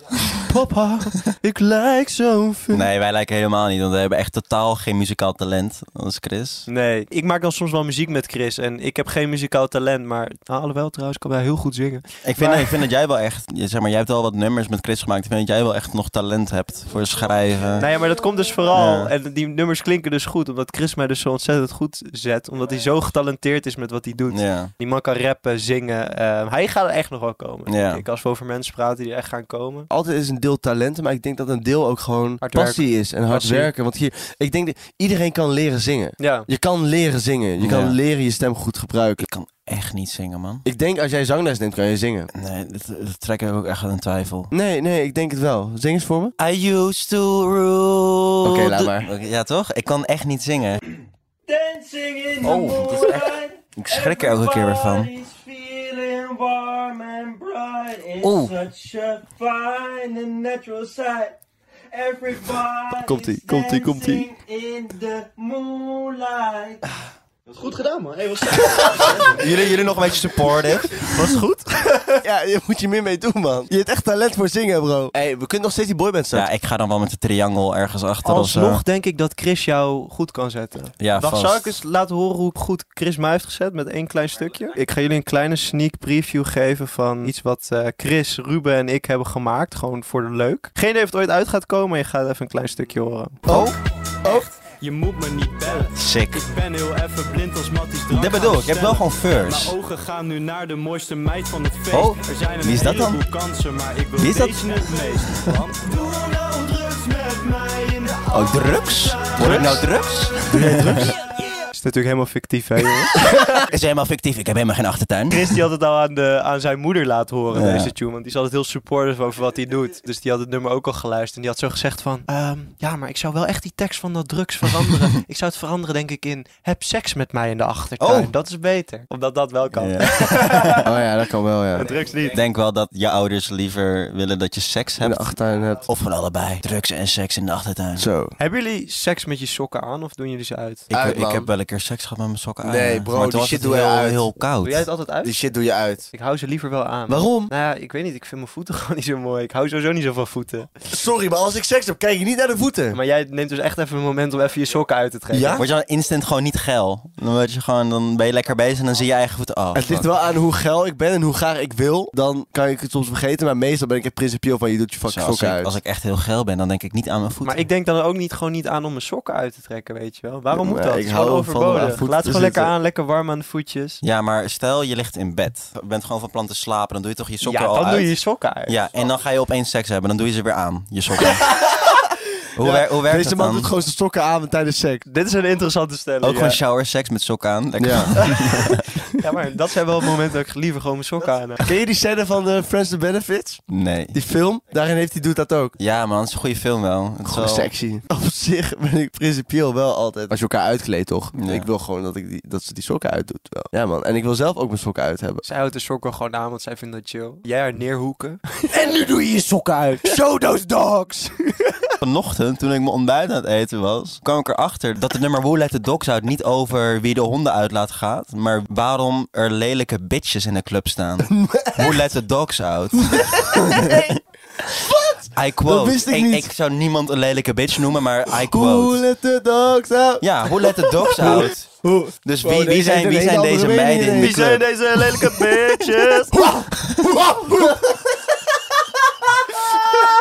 [SPEAKER 2] papa, ik lijk zo veel.
[SPEAKER 3] Nee, wij lijken helemaal niet, want we hebben echt totaal geen muzikaal talent als Chris.
[SPEAKER 1] Nee, ik maak dan soms wel muziek met Chris en ik heb geen muzikaal talent, maar nou, alhoewel trouwens kan hij heel goed zingen.
[SPEAKER 3] Ik vind, ik vind dat jij wel echt, je- zeg maar, jij hebt wel wat nummers met Chris gemaakt. Ik vind dat jij wel echt nog talent hebt voor schrijven.
[SPEAKER 1] Nou ja, maar dat komt dus vooral,
[SPEAKER 3] Ja.
[SPEAKER 1] en die nummers klinken dus goed, omdat Chris mij dus zo ontzettend goed zet, omdat hij zo getalenteerd is met wat hij doet.
[SPEAKER 3] Ja.
[SPEAKER 1] Die man kan rappen, zingen, eh, hij gaat er echt nog wel komen.
[SPEAKER 3] Ja.
[SPEAKER 1] Ik, als we over mensen praten die er echt gaan komen.
[SPEAKER 2] Altijd is een deel talent, maar ik denk dat een deel ook gewoon
[SPEAKER 1] Hard
[SPEAKER 2] passie is en hard
[SPEAKER 1] Passie.
[SPEAKER 2] werken. Want hier, ik denk dat iedereen kan leren zingen.
[SPEAKER 1] Ja,
[SPEAKER 2] Je kan leren zingen. Je kan
[SPEAKER 3] Ja.
[SPEAKER 2] leren je stem goed gebruiken.
[SPEAKER 3] Ik kan echt niet zingen, man.
[SPEAKER 2] Ik denk als jij zangles neemt, kan je zingen.
[SPEAKER 3] Nee, dat, dat trek ik ook echt aan twijfel.
[SPEAKER 2] Nee, nee, ik denk het wel. Zing eens voor me.
[SPEAKER 3] I used to rule.
[SPEAKER 2] Oké, laat
[SPEAKER 3] the-
[SPEAKER 2] maar.
[SPEAKER 3] Ja, toch? Ik kan echt niet zingen.
[SPEAKER 6] Dancing in the
[SPEAKER 3] Oh, dit is echt-
[SPEAKER 6] moonlight.
[SPEAKER 3] Ik schrik er elke keer weer van.
[SPEAKER 6] Everybody's feeling warm and bright. It's
[SPEAKER 3] Oeh.
[SPEAKER 6] such a fine and natural sight. Everybody
[SPEAKER 2] Komt-ie, komt-ie, komt-ie.
[SPEAKER 6] in the moonlight.
[SPEAKER 4] Goed gedaan, man. Hey, wat
[SPEAKER 3] Jullie, jullie nog een beetje supportive?
[SPEAKER 2] Was goed? ja, je moet je meer mee doen, man. Je hebt echt talent voor zingen, bro. Hé, we kunnen nog steeds die boyband staan.
[SPEAKER 3] ja, ik ga dan wel met de triangle ergens achter of zo.
[SPEAKER 1] alsnog denk ik dat Chris jou goed kan zetten.
[SPEAKER 3] Ja,
[SPEAKER 1] Wacht,
[SPEAKER 3] vast.
[SPEAKER 1] zal ik eens laten horen hoe goed Chris mij heeft gezet met één klein stukje? Ik ga jullie een kleine sneak preview geven van iets wat eh, Chris, Ruben en ik hebben gemaakt. Gewoon voor de leuk. Geen idee of het ooit uit gaat komen, maar je gaat even een klein stukje horen.
[SPEAKER 2] Oh,
[SPEAKER 7] Je moet me niet bellen.
[SPEAKER 3] Sick.
[SPEAKER 7] Ik ben heel even blind als Matties drank
[SPEAKER 3] Dit
[SPEAKER 7] gaan
[SPEAKER 3] bedoel ik, je hebt wel
[SPEAKER 7] bestellen.
[SPEAKER 3] gewoon verse.
[SPEAKER 7] Mijn ogen gaan nu naar de mooiste meid van het feest.
[SPEAKER 3] Oh,
[SPEAKER 7] er zijn een
[SPEAKER 3] wie is dat dan?
[SPEAKER 7] heleboel kansen, maar ik wil
[SPEAKER 3] Wie is dat?
[SPEAKER 7] deze het meest. Want doe nou drugs met mij in de
[SPEAKER 3] Oh, drugs? Word ik nou drugs?
[SPEAKER 1] Het is natuurlijk helemaal fictief, hè jongen?
[SPEAKER 3] Is helemaal fictief, ik heb helemaal geen achtertuin.
[SPEAKER 1] Chris die had het al aan, de, aan zijn moeder laten horen,
[SPEAKER 3] Ja.
[SPEAKER 1] deze tune. Want die is altijd heel supportive over wat hij doet. Dus die had het nummer ook al geluisterd. En die had zo gezegd van... "Ehm, ja, maar ik zou wel echt die tekst van dat drugs veranderen. ik zou het veranderen denk ik in... Heb seks met mij in de achtertuin.
[SPEAKER 3] Oh.
[SPEAKER 1] Dat is beter. Omdat dat wel kan.
[SPEAKER 3] Ja.
[SPEAKER 2] oh ja, dat kan wel, ja.
[SPEAKER 1] En drugs
[SPEAKER 3] Ik
[SPEAKER 1] niet.
[SPEAKER 3] denk wel dat je ouders liever willen dat je seks
[SPEAKER 2] In de
[SPEAKER 3] hebt.
[SPEAKER 2] achtertuin hebt.
[SPEAKER 3] Of Nou, van allebei. Drugs en seks in de achtertuin.
[SPEAKER 2] Zo.
[SPEAKER 1] Hebben jullie seks met je sokken aan of doen jullie ze uit?
[SPEAKER 3] Ik,
[SPEAKER 2] Uit,
[SPEAKER 3] ik
[SPEAKER 2] man.
[SPEAKER 3] heb wel een keer seks gehad met mijn sokken aan.
[SPEAKER 2] Nee,
[SPEAKER 3] ja.
[SPEAKER 2] bro,
[SPEAKER 3] Maar toen
[SPEAKER 2] die
[SPEAKER 3] was
[SPEAKER 2] shit
[SPEAKER 3] het
[SPEAKER 2] doe je
[SPEAKER 3] heel,
[SPEAKER 2] uit.
[SPEAKER 3] heel koud.
[SPEAKER 1] Doe jij het altijd uit?
[SPEAKER 2] Die shit doe je uit.
[SPEAKER 1] Ik hou ze liever wel aan.
[SPEAKER 2] Waarom?
[SPEAKER 1] Nou ja, ik weet niet. Ik vind mijn voeten gewoon niet zo mooi. Ik hou sowieso niet zo van voeten.
[SPEAKER 2] Sorry, maar als ik seks heb, kijk je niet naar de voeten.
[SPEAKER 1] Maar jij neemt dus echt even een moment om even je sokken uit te trekken.
[SPEAKER 2] Ja?
[SPEAKER 3] Word je dan instant gewoon niet geil? Dan, word je gewoon, dan ben je lekker bezig en dan zie je je eigen voeten Oh, af.
[SPEAKER 2] Het ligt wel aan hoe geil ik ben en hoe graag ik wil. Dan kan ik het soms vergeten, maar meestal ben ik het principieel van je doet je fucking
[SPEAKER 3] als,
[SPEAKER 2] sok
[SPEAKER 3] ik,
[SPEAKER 2] uit.
[SPEAKER 3] als ik echt heel geil ben, dan denk ik niet aan mijn voeten.
[SPEAKER 1] Maar ik denk dan ook niet, gewoon niet aan om mijn sokken uit te trekken, weet je wel. Waarom
[SPEAKER 2] Ja,
[SPEAKER 1] moet
[SPEAKER 2] maar
[SPEAKER 1] dat?
[SPEAKER 2] ik
[SPEAKER 1] Het is gewoon
[SPEAKER 2] hou van aan
[SPEAKER 1] overbodig.
[SPEAKER 2] voeten
[SPEAKER 1] Laat het gewoon lekker
[SPEAKER 2] zitten.
[SPEAKER 1] aan, lekker warm aan de voetjes.
[SPEAKER 3] Ja, maar stel je ligt in bed. Je bent gewoon van plan te slapen. Dan doe je toch je sokken
[SPEAKER 1] ja,
[SPEAKER 3] al
[SPEAKER 1] dan
[SPEAKER 3] uit.
[SPEAKER 1] doe je je sokken uit.
[SPEAKER 3] Ja, en dan ga je opeens seks hebben. Dan doe je ze weer aan, je sokken. hoe, wer- hoe werkt
[SPEAKER 2] Deze
[SPEAKER 3] dat
[SPEAKER 2] man
[SPEAKER 3] dan?
[SPEAKER 2] doet gewoon zijn sokken aan tijdens seks.
[SPEAKER 1] Dit is een interessante stelling.
[SPEAKER 3] Ook
[SPEAKER 1] ja.
[SPEAKER 3] gewoon shower seks met sokken aan. Lekker.
[SPEAKER 1] Ja, maar dat zijn wel het moment dat ik liever gewoon mijn sokken aan heb.
[SPEAKER 2] Ken je die scène van de Friends the Benefits?
[SPEAKER 3] Nee.
[SPEAKER 2] Die film? Daarin heeft hij doet dat ook.
[SPEAKER 3] Ja man, het is een goede film wel. Het is
[SPEAKER 2] Gewoon
[SPEAKER 3] wel-
[SPEAKER 2] sexy. Op zich ben ik principieel wel altijd. Als je elkaar uitkleedt, toch?
[SPEAKER 3] Ja.
[SPEAKER 2] Ik wil gewoon dat, ik die, dat ze die sokken uitdoet. Wel. Ja, man. En ik wil zelf ook mijn sokken uit hebben.
[SPEAKER 1] Zij houdt de sokken gewoon aan, want zij vindt dat chill. Jij haar neerhoeken.
[SPEAKER 2] En nu doe je je sokken uit. Show those dogs.
[SPEAKER 3] Vanochtend, toen ik mijn ontbijt aan het eten was, kwam ik erachter dat het nummer Who Let The Dogs Out niet over wie de honden uitlaat gaat, maar waarom er lelijke bitches in de club staan. Who Let The Dogs Out. Wat? I quote.
[SPEAKER 2] Dat wist ik niet.
[SPEAKER 3] zou niemand een lelijke bitch noemen, maar I
[SPEAKER 2] Who
[SPEAKER 3] quote.
[SPEAKER 2] let the dogs out?
[SPEAKER 3] Ja, Who Let The Dogs Out. Dus
[SPEAKER 2] Oh,
[SPEAKER 3] wie,
[SPEAKER 2] deze
[SPEAKER 3] wie zijn,
[SPEAKER 2] heeft
[SPEAKER 3] wie
[SPEAKER 2] een
[SPEAKER 3] zijn
[SPEAKER 2] hele
[SPEAKER 3] deze
[SPEAKER 2] andere
[SPEAKER 3] meiden in
[SPEAKER 2] mening.
[SPEAKER 3] de club?
[SPEAKER 1] deze lelijke bitches?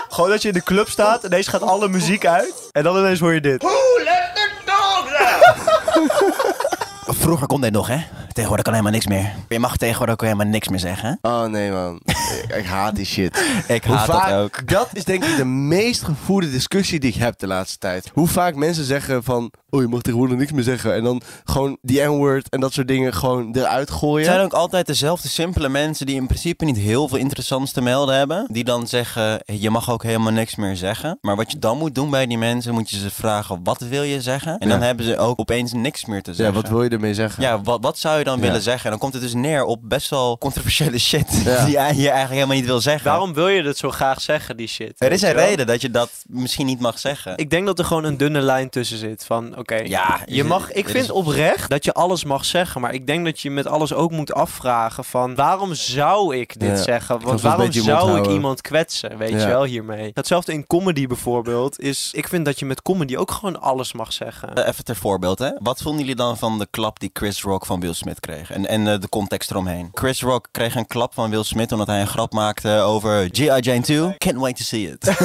[SPEAKER 1] Gewoon dat je in de club staat, ineens gaat alle muziek uit. En dan ineens hoor je dit.
[SPEAKER 6] Who let the dogs out?
[SPEAKER 3] Vroeger kon dit nog, hè? tegenwoordig kan helemaal niks meer. Je mag tegenwoordig ook helemaal niks meer zeggen.
[SPEAKER 2] Oh nee, man. ik, ik haat die shit.
[SPEAKER 3] Ik
[SPEAKER 2] Hoe
[SPEAKER 3] haat
[SPEAKER 2] vaak-
[SPEAKER 3] dat ook.
[SPEAKER 2] Dat is denk ik de meest gevoerde discussie die ik heb de laatste tijd. Hoe vaak mensen zeggen van... Oh, je mag tegenwoordig niks meer zeggen. En dan gewoon die N-word en dat soort dingen gewoon eruit gooien.
[SPEAKER 3] Het zijn ook altijd dezelfde simpele mensen die in principe niet heel veel interessants te melden hebben. Die dan zeggen, je mag ook helemaal niks meer zeggen. Maar wat je dan moet doen bij die mensen, moet je ze vragen, wat wil je zeggen? En dan
[SPEAKER 2] Ja.
[SPEAKER 3] hebben ze ook opeens niks meer te
[SPEAKER 2] Ja,
[SPEAKER 3] zeggen.
[SPEAKER 2] wat wil je ermee zeggen?
[SPEAKER 3] Ja, wat, wat zou je dan
[SPEAKER 2] Ja.
[SPEAKER 3] willen zeggen? En dan komt het dus neer op best wel controversiële shit
[SPEAKER 2] Ja.
[SPEAKER 3] die je eigenlijk helemaal niet wil zeggen.
[SPEAKER 1] Waarom wil je dat zo graag zeggen, die shit?
[SPEAKER 3] Er
[SPEAKER 1] Weet
[SPEAKER 3] is een
[SPEAKER 1] je wel?
[SPEAKER 3] reden dat je dat misschien niet mag zeggen.
[SPEAKER 1] Ik denk dat er gewoon een dunne lijn tussen zit. Van oké,
[SPEAKER 3] Ja,
[SPEAKER 1] je mag. Ik
[SPEAKER 3] dit
[SPEAKER 1] vind
[SPEAKER 3] is-
[SPEAKER 1] oprecht dat je alles mag zeggen. Maar ik denk dat je met alles ook moet afvragen: van waarom zou ik dit
[SPEAKER 2] Ja,
[SPEAKER 1] zeggen?
[SPEAKER 2] kan
[SPEAKER 1] Want
[SPEAKER 2] soms een
[SPEAKER 1] waarom
[SPEAKER 2] beetje je mond
[SPEAKER 1] zou ik
[SPEAKER 2] houden.
[SPEAKER 1] iemand kwetsen? Weet je
[SPEAKER 2] Ja.
[SPEAKER 1] wel hiermee. Hetzelfde in comedy bijvoorbeeld. Is ik vind dat je met comedy ook gewoon alles mag zeggen.
[SPEAKER 3] Eh, Even ter voorbeeld, hè. Wat vonden jullie dan van de klap die Chris Rock van Will Smith kreeg? En, en eh, de context eromheen. Chris Rock kreeg een klap van Will Smith omdat hij een grap maakte over G.I. Jane 2. Can't wait to see it.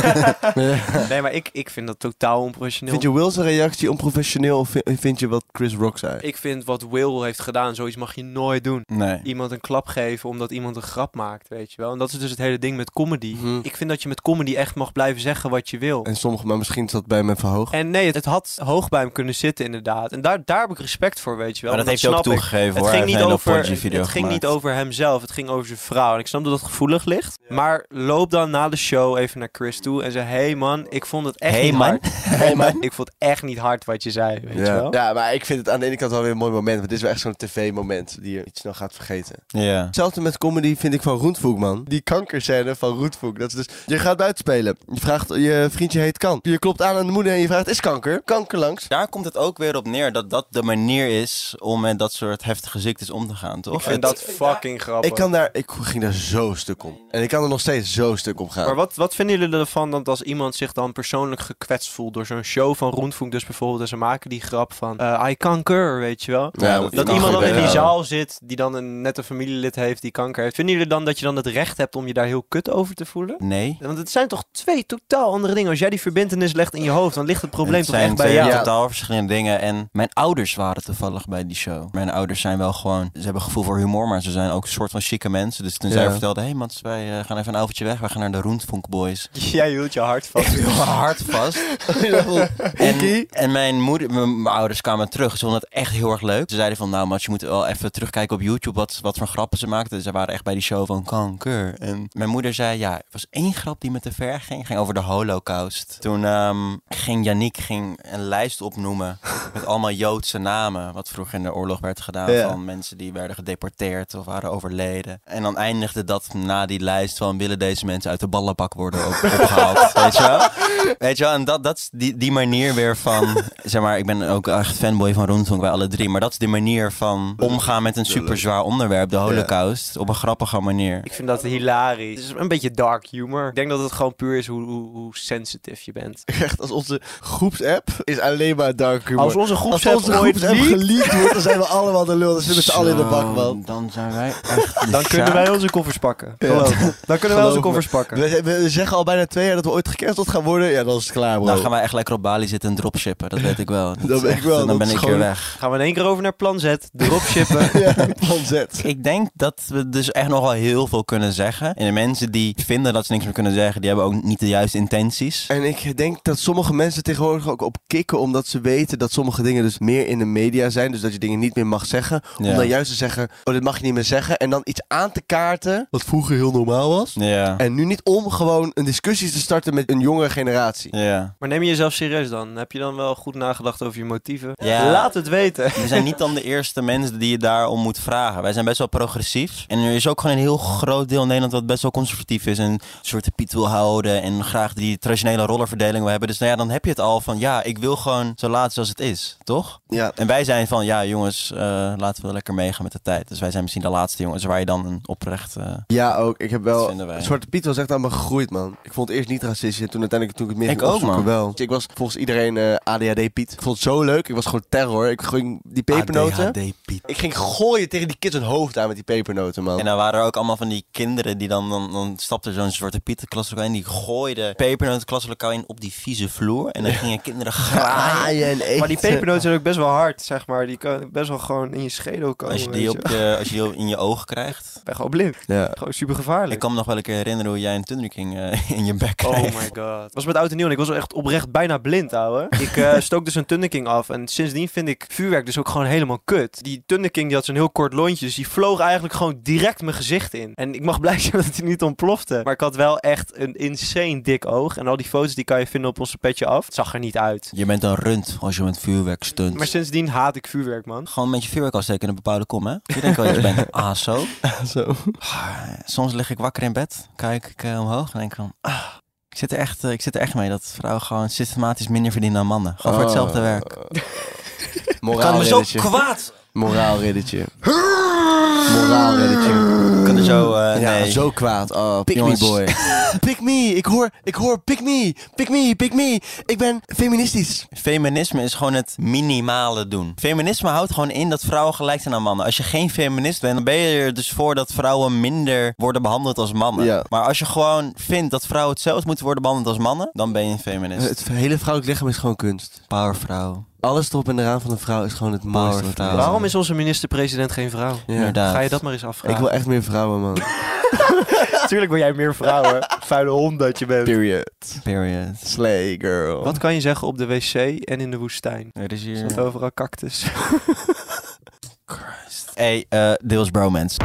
[SPEAKER 1] nee, maar ik, ik vind dat totaal onprofessioneel.
[SPEAKER 2] Vind je Will's reactie onprofessioneel of vi- vind je wat Chris Rock zei?
[SPEAKER 1] Ik vind wat Will heeft gedaan, zoiets mag je nooit doen.
[SPEAKER 3] Nee.
[SPEAKER 1] iemand een klap geven omdat iemand een grap maakt, weet je wel. En dat is dus het hele ding met comedy.
[SPEAKER 2] Mhm.
[SPEAKER 1] Ik vind dat je met comedy echt mag blijven zeggen wat je wil.
[SPEAKER 2] En sommige, maar misschien is dat bij me verhoogd.
[SPEAKER 1] En nee, het, het had hoog bij hem kunnen zitten inderdaad. En daar, daar heb ik respect voor, weet je wel.
[SPEAKER 3] Maar dat
[SPEAKER 1] En
[SPEAKER 3] heeft hij ook
[SPEAKER 1] snap ik.
[SPEAKER 3] toegegeven,
[SPEAKER 1] Het
[SPEAKER 3] hoor.
[SPEAKER 1] ging,
[SPEAKER 3] Hij
[SPEAKER 1] niet
[SPEAKER 3] heeft een
[SPEAKER 1] over,
[SPEAKER 3] hele
[SPEAKER 1] het,
[SPEAKER 3] Porgy-video
[SPEAKER 1] het ging niet
[SPEAKER 3] gemaakt.
[SPEAKER 1] over hemzelf, het ging over zijn vrouw. En ik snap dat dat gevoelig ligt. Maar loop dan na de show even naar Chris toe en zeg... Hey man, ik vond het echt
[SPEAKER 3] Hey,
[SPEAKER 1] niet
[SPEAKER 3] man.
[SPEAKER 1] hard. Hey man. Ik vond echt niet hard wat je zei, weet je
[SPEAKER 2] ja.
[SPEAKER 1] wel.
[SPEAKER 2] ja, maar ik vind het aan de ene kant wel weer een mooi moment. Want dit is wel echt zo'n tv-moment die je iets snel gaat vergeten.
[SPEAKER 3] Ja.
[SPEAKER 2] Hetzelfde met comedy vind ik van Roetvoek, man. Die kankerscène van Roetvoek. Dat is dus, je gaat buitenspelen. Je vraagt, je vriendje heet Kan. Je klopt aan aan de moeder en je vraagt, is kanker? Kanker langs.
[SPEAKER 3] Daar komt het ook weer op neer dat dat de manier is om met dat soort heftige ziektes om te gaan, toch?
[SPEAKER 1] Ik vind
[SPEAKER 3] Het-
[SPEAKER 1] dat fucking grappig.
[SPEAKER 2] Ik, kan daar, ik ging daar zo stuk om. En ik kan er nog steeds zo stuk om gaan.
[SPEAKER 1] Maar wat, wat vinden jullie ervan dat als iemand zich dan persoonlijk gekwetst voelt door zo'n show van Roentvoet, dus bijvoorbeeld, en ze maken die grap van eh I kanker, weet je wel?
[SPEAKER 2] Ja,
[SPEAKER 3] dat
[SPEAKER 1] Dat
[SPEAKER 3] kan
[SPEAKER 1] iemand dan in die
[SPEAKER 3] gebeuren.
[SPEAKER 1] zaal zit die dan een, net een familielid heeft die kanker heeft. Vinden jullie dan dat je dan het recht hebt om je daar heel kut over te voelen?
[SPEAKER 3] Nee.
[SPEAKER 1] Want het zijn toch twee totaal andere dingen. Als jij die verbindenis legt in je hoofd, dan ligt het probleem
[SPEAKER 3] Het
[SPEAKER 1] toch
[SPEAKER 3] zijn
[SPEAKER 1] echt bij
[SPEAKER 3] twee
[SPEAKER 1] jou.
[SPEAKER 2] Ja.
[SPEAKER 3] totaal verschillende dingen. En mijn ouders waren toevallig bij die show. Mijn ouders zijn wel gewoon... Ze hebben gevoel voor humor, maar ze zijn ook een soort van chique mensen. Dus toen zij
[SPEAKER 2] Ja.
[SPEAKER 3] vertelden... Hé hey, Mats, wij eh, gaan even een avondje weg. We gaan naar de Roentfunk Boys.
[SPEAKER 1] Jij hield je hart vast.
[SPEAKER 3] Heel hard vast. en, en mijn moeder... Mijn, mijn ouders kwamen terug. Ze vonden het echt heel erg leuk. Ze zeiden van... Nou Mats, je moet wel even terugkijken op YouTube... Wat, wat voor grappen ze maakten. Ze waren echt bij die show van kanker. En mijn moeder zei... Ja, er was één grap die me te ver ging. Ging over de holocaust. Toen ehm, ging Yannick ging een lijst opnoemen... met allemaal Joodse namen. Wat vroeger in de oorlog werd gedaan.
[SPEAKER 2] Ja.
[SPEAKER 3] Van mensen die werden gedeporteerd of waren overleden. En dan eindigde dat na die lijst van willen deze mensen uit de ballenbak worden op- opgehaald. weet je wel? Weet je wel, en dat, dat is die, die manier weer van, zeg maar, ik ben ook echt fanboy van Roentong bij alle drie. Maar dat is de manier van omgaan met een super zwaar onderwerp, de holocaust, op een grappige manier.
[SPEAKER 1] Ik vind dat hilarisch. Het is een beetje dark humor. Ik denk dat het gewoon puur is hoe, hoe, hoe sensitief je bent.
[SPEAKER 2] Echt, als onze groepsapp is alleen maar dark humor.
[SPEAKER 1] Als onze
[SPEAKER 2] Als
[SPEAKER 1] groepsapp
[SPEAKER 2] onze
[SPEAKER 1] ooit
[SPEAKER 2] groepsapp
[SPEAKER 1] leakt,
[SPEAKER 2] geleakt wordt, dan zijn we allemaal de lul. Dan zitten we met z'n allen in de bak, man.
[SPEAKER 3] Dan zijn wij echt
[SPEAKER 1] Dan kunnen wij onze koffers pakken. Geloof me. Dan kunnen wij
[SPEAKER 2] Geloof
[SPEAKER 1] onze
[SPEAKER 2] me.
[SPEAKER 1] koffers pakken.
[SPEAKER 2] We, we zeggen al bijna twee jaar dat we ooit gecanceld gaan worden. Ja, dan is het klaar, bro.
[SPEAKER 1] Nou,
[SPEAKER 3] Dan gaan wij echt lekker op Bali zitten en dropshippen, dat weet ik wel. Dat
[SPEAKER 2] Dat
[SPEAKER 3] is
[SPEAKER 2] weet ik
[SPEAKER 3] echt-
[SPEAKER 2] wel,
[SPEAKER 3] Dan
[SPEAKER 2] dat
[SPEAKER 3] ben
[SPEAKER 2] is
[SPEAKER 3] ik weer
[SPEAKER 2] gewoon-
[SPEAKER 3] weg.
[SPEAKER 1] Gaan we in één keer over naar plan Z. Dropshippen.
[SPEAKER 2] Ja, plan zet.
[SPEAKER 3] Ik denk dat we dus echt nog wel heel veel kunnen zeggen. En de mensen die vinden dat ze niks meer kunnen zeggen, die hebben ook niet de juiste intenties.
[SPEAKER 2] En ik denk dat sommige mensen tegenwoordig ook op kicken, omdat ze weten dat sommige dingen dus meer in de media zijn. Dus dat je dingen niet meer mag zeggen. Om
[SPEAKER 3] Ja.
[SPEAKER 2] dan juist te zeggen, oh, dit mag je niet meer zeggen. En dan iets aan te kaarten, wat vroeger heel normaal was.
[SPEAKER 3] Ja,
[SPEAKER 2] En nu niet om gewoon een discussie te starten met een jongere generatie.
[SPEAKER 3] ja.
[SPEAKER 1] Maar neem je jezelf serieus dan? Heb je dan wel goed nagedacht over je motieven?
[SPEAKER 3] Ja.
[SPEAKER 1] Laat het weten.
[SPEAKER 3] We zijn niet dan de eerste mensen die je daarom moet vragen. Wij zijn best wel progressief. En er is ook gewoon een heel groot deel in Nederland wat best wel conservatief is. En een soort de piet wil houden. En graag die traditionele rollenverdeling wil hebben. Dus nou ja, dan heb je het al van ja, ik wil gewoon zo laat zoals het is. Toch?
[SPEAKER 2] Ja.
[SPEAKER 3] En wij zijn van ja, jongens, eh, laten we lekker meegaan met de tijd. Dus wij zijn misschien de laatste jongens waar je dan een oprecht. eh,
[SPEAKER 2] Ja, ook. Ik heb
[SPEAKER 3] Dat
[SPEAKER 2] wel...
[SPEAKER 3] vinden wij.
[SPEAKER 2] Zwarte Piet was echt aan me gegroeid, man. Ik vond het eerst niet racistisch en toen uiteindelijk toen ik het meer
[SPEAKER 3] Ik
[SPEAKER 2] ging
[SPEAKER 3] ook,
[SPEAKER 2] opzoeken
[SPEAKER 3] man.
[SPEAKER 2] wel. Ik was volgens iedereen eh, ADHD Piet. Ik vond het zo leuk. Ik was gewoon terror. Ik ging die
[SPEAKER 3] eh,
[SPEAKER 2] pepernoten...
[SPEAKER 3] ADHD Piet.
[SPEAKER 2] Ik ging gooien tegen die kids hun hoofd aan met die pepernoten, man.
[SPEAKER 3] En dan waren er ook allemaal van die kinderen die dan, dan, dan stapte zo'n zwarte Piet het klaslokaal in. Die gooide peper het klaslokaal in op die vieze vloer. En dan gingen kinderen graaien.
[SPEAKER 2] Graaien en eten.
[SPEAKER 1] Maar die pepernoten zijn ook best wel hard, zeg maar. Die kan best wel gewoon in je Schedo komen.
[SPEAKER 3] Als je die,
[SPEAKER 1] weet
[SPEAKER 3] op je, als je die in je oog krijgt.
[SPEAKER 1] Ik ben gewoon blind.
[SPEAKER 2] Ja.
[SPEAKER 1] Gewoon super gevaarlijk.
[SPEAKER 3] Ik kan me nog wel een keer herinneren hoe jij een tundruking eh in je bek kreeg.
[SPEAKER 1] Oh my god. Was met oud en nieuw en ik was echt oprecht bijna blind, ouwe. Ik eh, stook dus een tunneking af en sindsdien vind ik vuurwerk dus ook gewoon helemaal kut. Die tunneking die had zo'n heel kort lontje, dus die vloog eigenlijk gewoon direct mijn gezicht in. En ik mag blij zijn dat hij niet ontplofte. Maar ik had wel echt een insane dik oog en al die foto's die kan je vinden op onze petje af. Het zag er niet uit.
[SPEAKER 3] Je bent een rund als je met vuurwerk stunt.
[SPEAKER 1] Maar sindsdien haat ik vuurwerk, man.
[SPEAKER 3] Gewoon met je vuurwerk afsteken in een bepaalde kom, hè? Je denkt wel dat je bent ah, zo. Ah,
[SPEAKER 2] Zo.
[SPEAKER 3] Soms lig ik wakker in bed, kijk ik eh, omhoog en denk van... Ah, ik, zit er echt, eh, ik zit er echt mee dat vrouwen gewoon systematisch minder verdienen dan mannen. Gewoon
[SPEAKER 2] Oh,
[SPEAKER 3] voor hetzelfde werk.
[SPEAKER 2] eh,
[SPEAKER 3] Ik kan me zo
[SPEAKER 2] Moraalriddertje.
[SPEAKER 3] kwaad.
[SPEAKER 2] Moraalriddertje. Moraalriddertje.
[SPEAKER 3] Ik kan er zo... eh,
[SPEAKER 2] Ja,
[SPEAKER 3] nee.
[SPEAKER 2] zo kwaad. Oh, pick
[SPEAKER 3] Jongens.
[SPEAKER 2] me boy. pick me. Ik hoor, ik hoor pick me. Pick me, pick me. Ik ben feministisch.
[SPEAKER 3] Feminisme is gewoon het minimale doen. Feminisme houdt gewoon in dat vrouwen gelijk zijn aan mannen. Als je geen feminist bent, dan ben je er dus voor dat vrouwen minder worden behandeld als mannen.
[SPEAKER 2] Ja.
[SPEAKER 3] Maar als je gewoon vindt dat vrouwen hetzelfde moeten worden behandeld als mannen, dan ben je een feminist.
[SPEAKER 2] Het hele vrouwelijk lichaam is gewoon kunst.
[SPEAKER 3] Powervrouw.
[SPEAKER 2] Alles erop en eraan van een vrouw is gewoon het mooiste. wat er is.
[SPEAKER 3] Powervrouw.
[SPEAKER 1] Waarom is onze minister-president geen vrouw?
[SPEAKER 2] Ja.
[SPEAKER 3] Inderdaad.
[SPEAKER 1] Ga je dat maar eens afvragen.
[SPEAKER 2] Ik wil echt meer vrouwen, man.
[SPEAKER 1] Natuurlijk wil jij meer vrouwen. Vuile hond dat je bent.
[SPEAKER 2] Period.
[SPEAKER 3] Period.
[SPEAKER 2] Slay, girl.
[SPEAKER 1] Wat kan je zeggen op de wc en in de woestijn?
[SPEAKER 3] Er is
[SPEAKER 1] Er
[SPEAKER 3] hier...
[SPEAKER 1] staat overal cactus.
[SPEAKER 3] Hey, eh, deels bromance.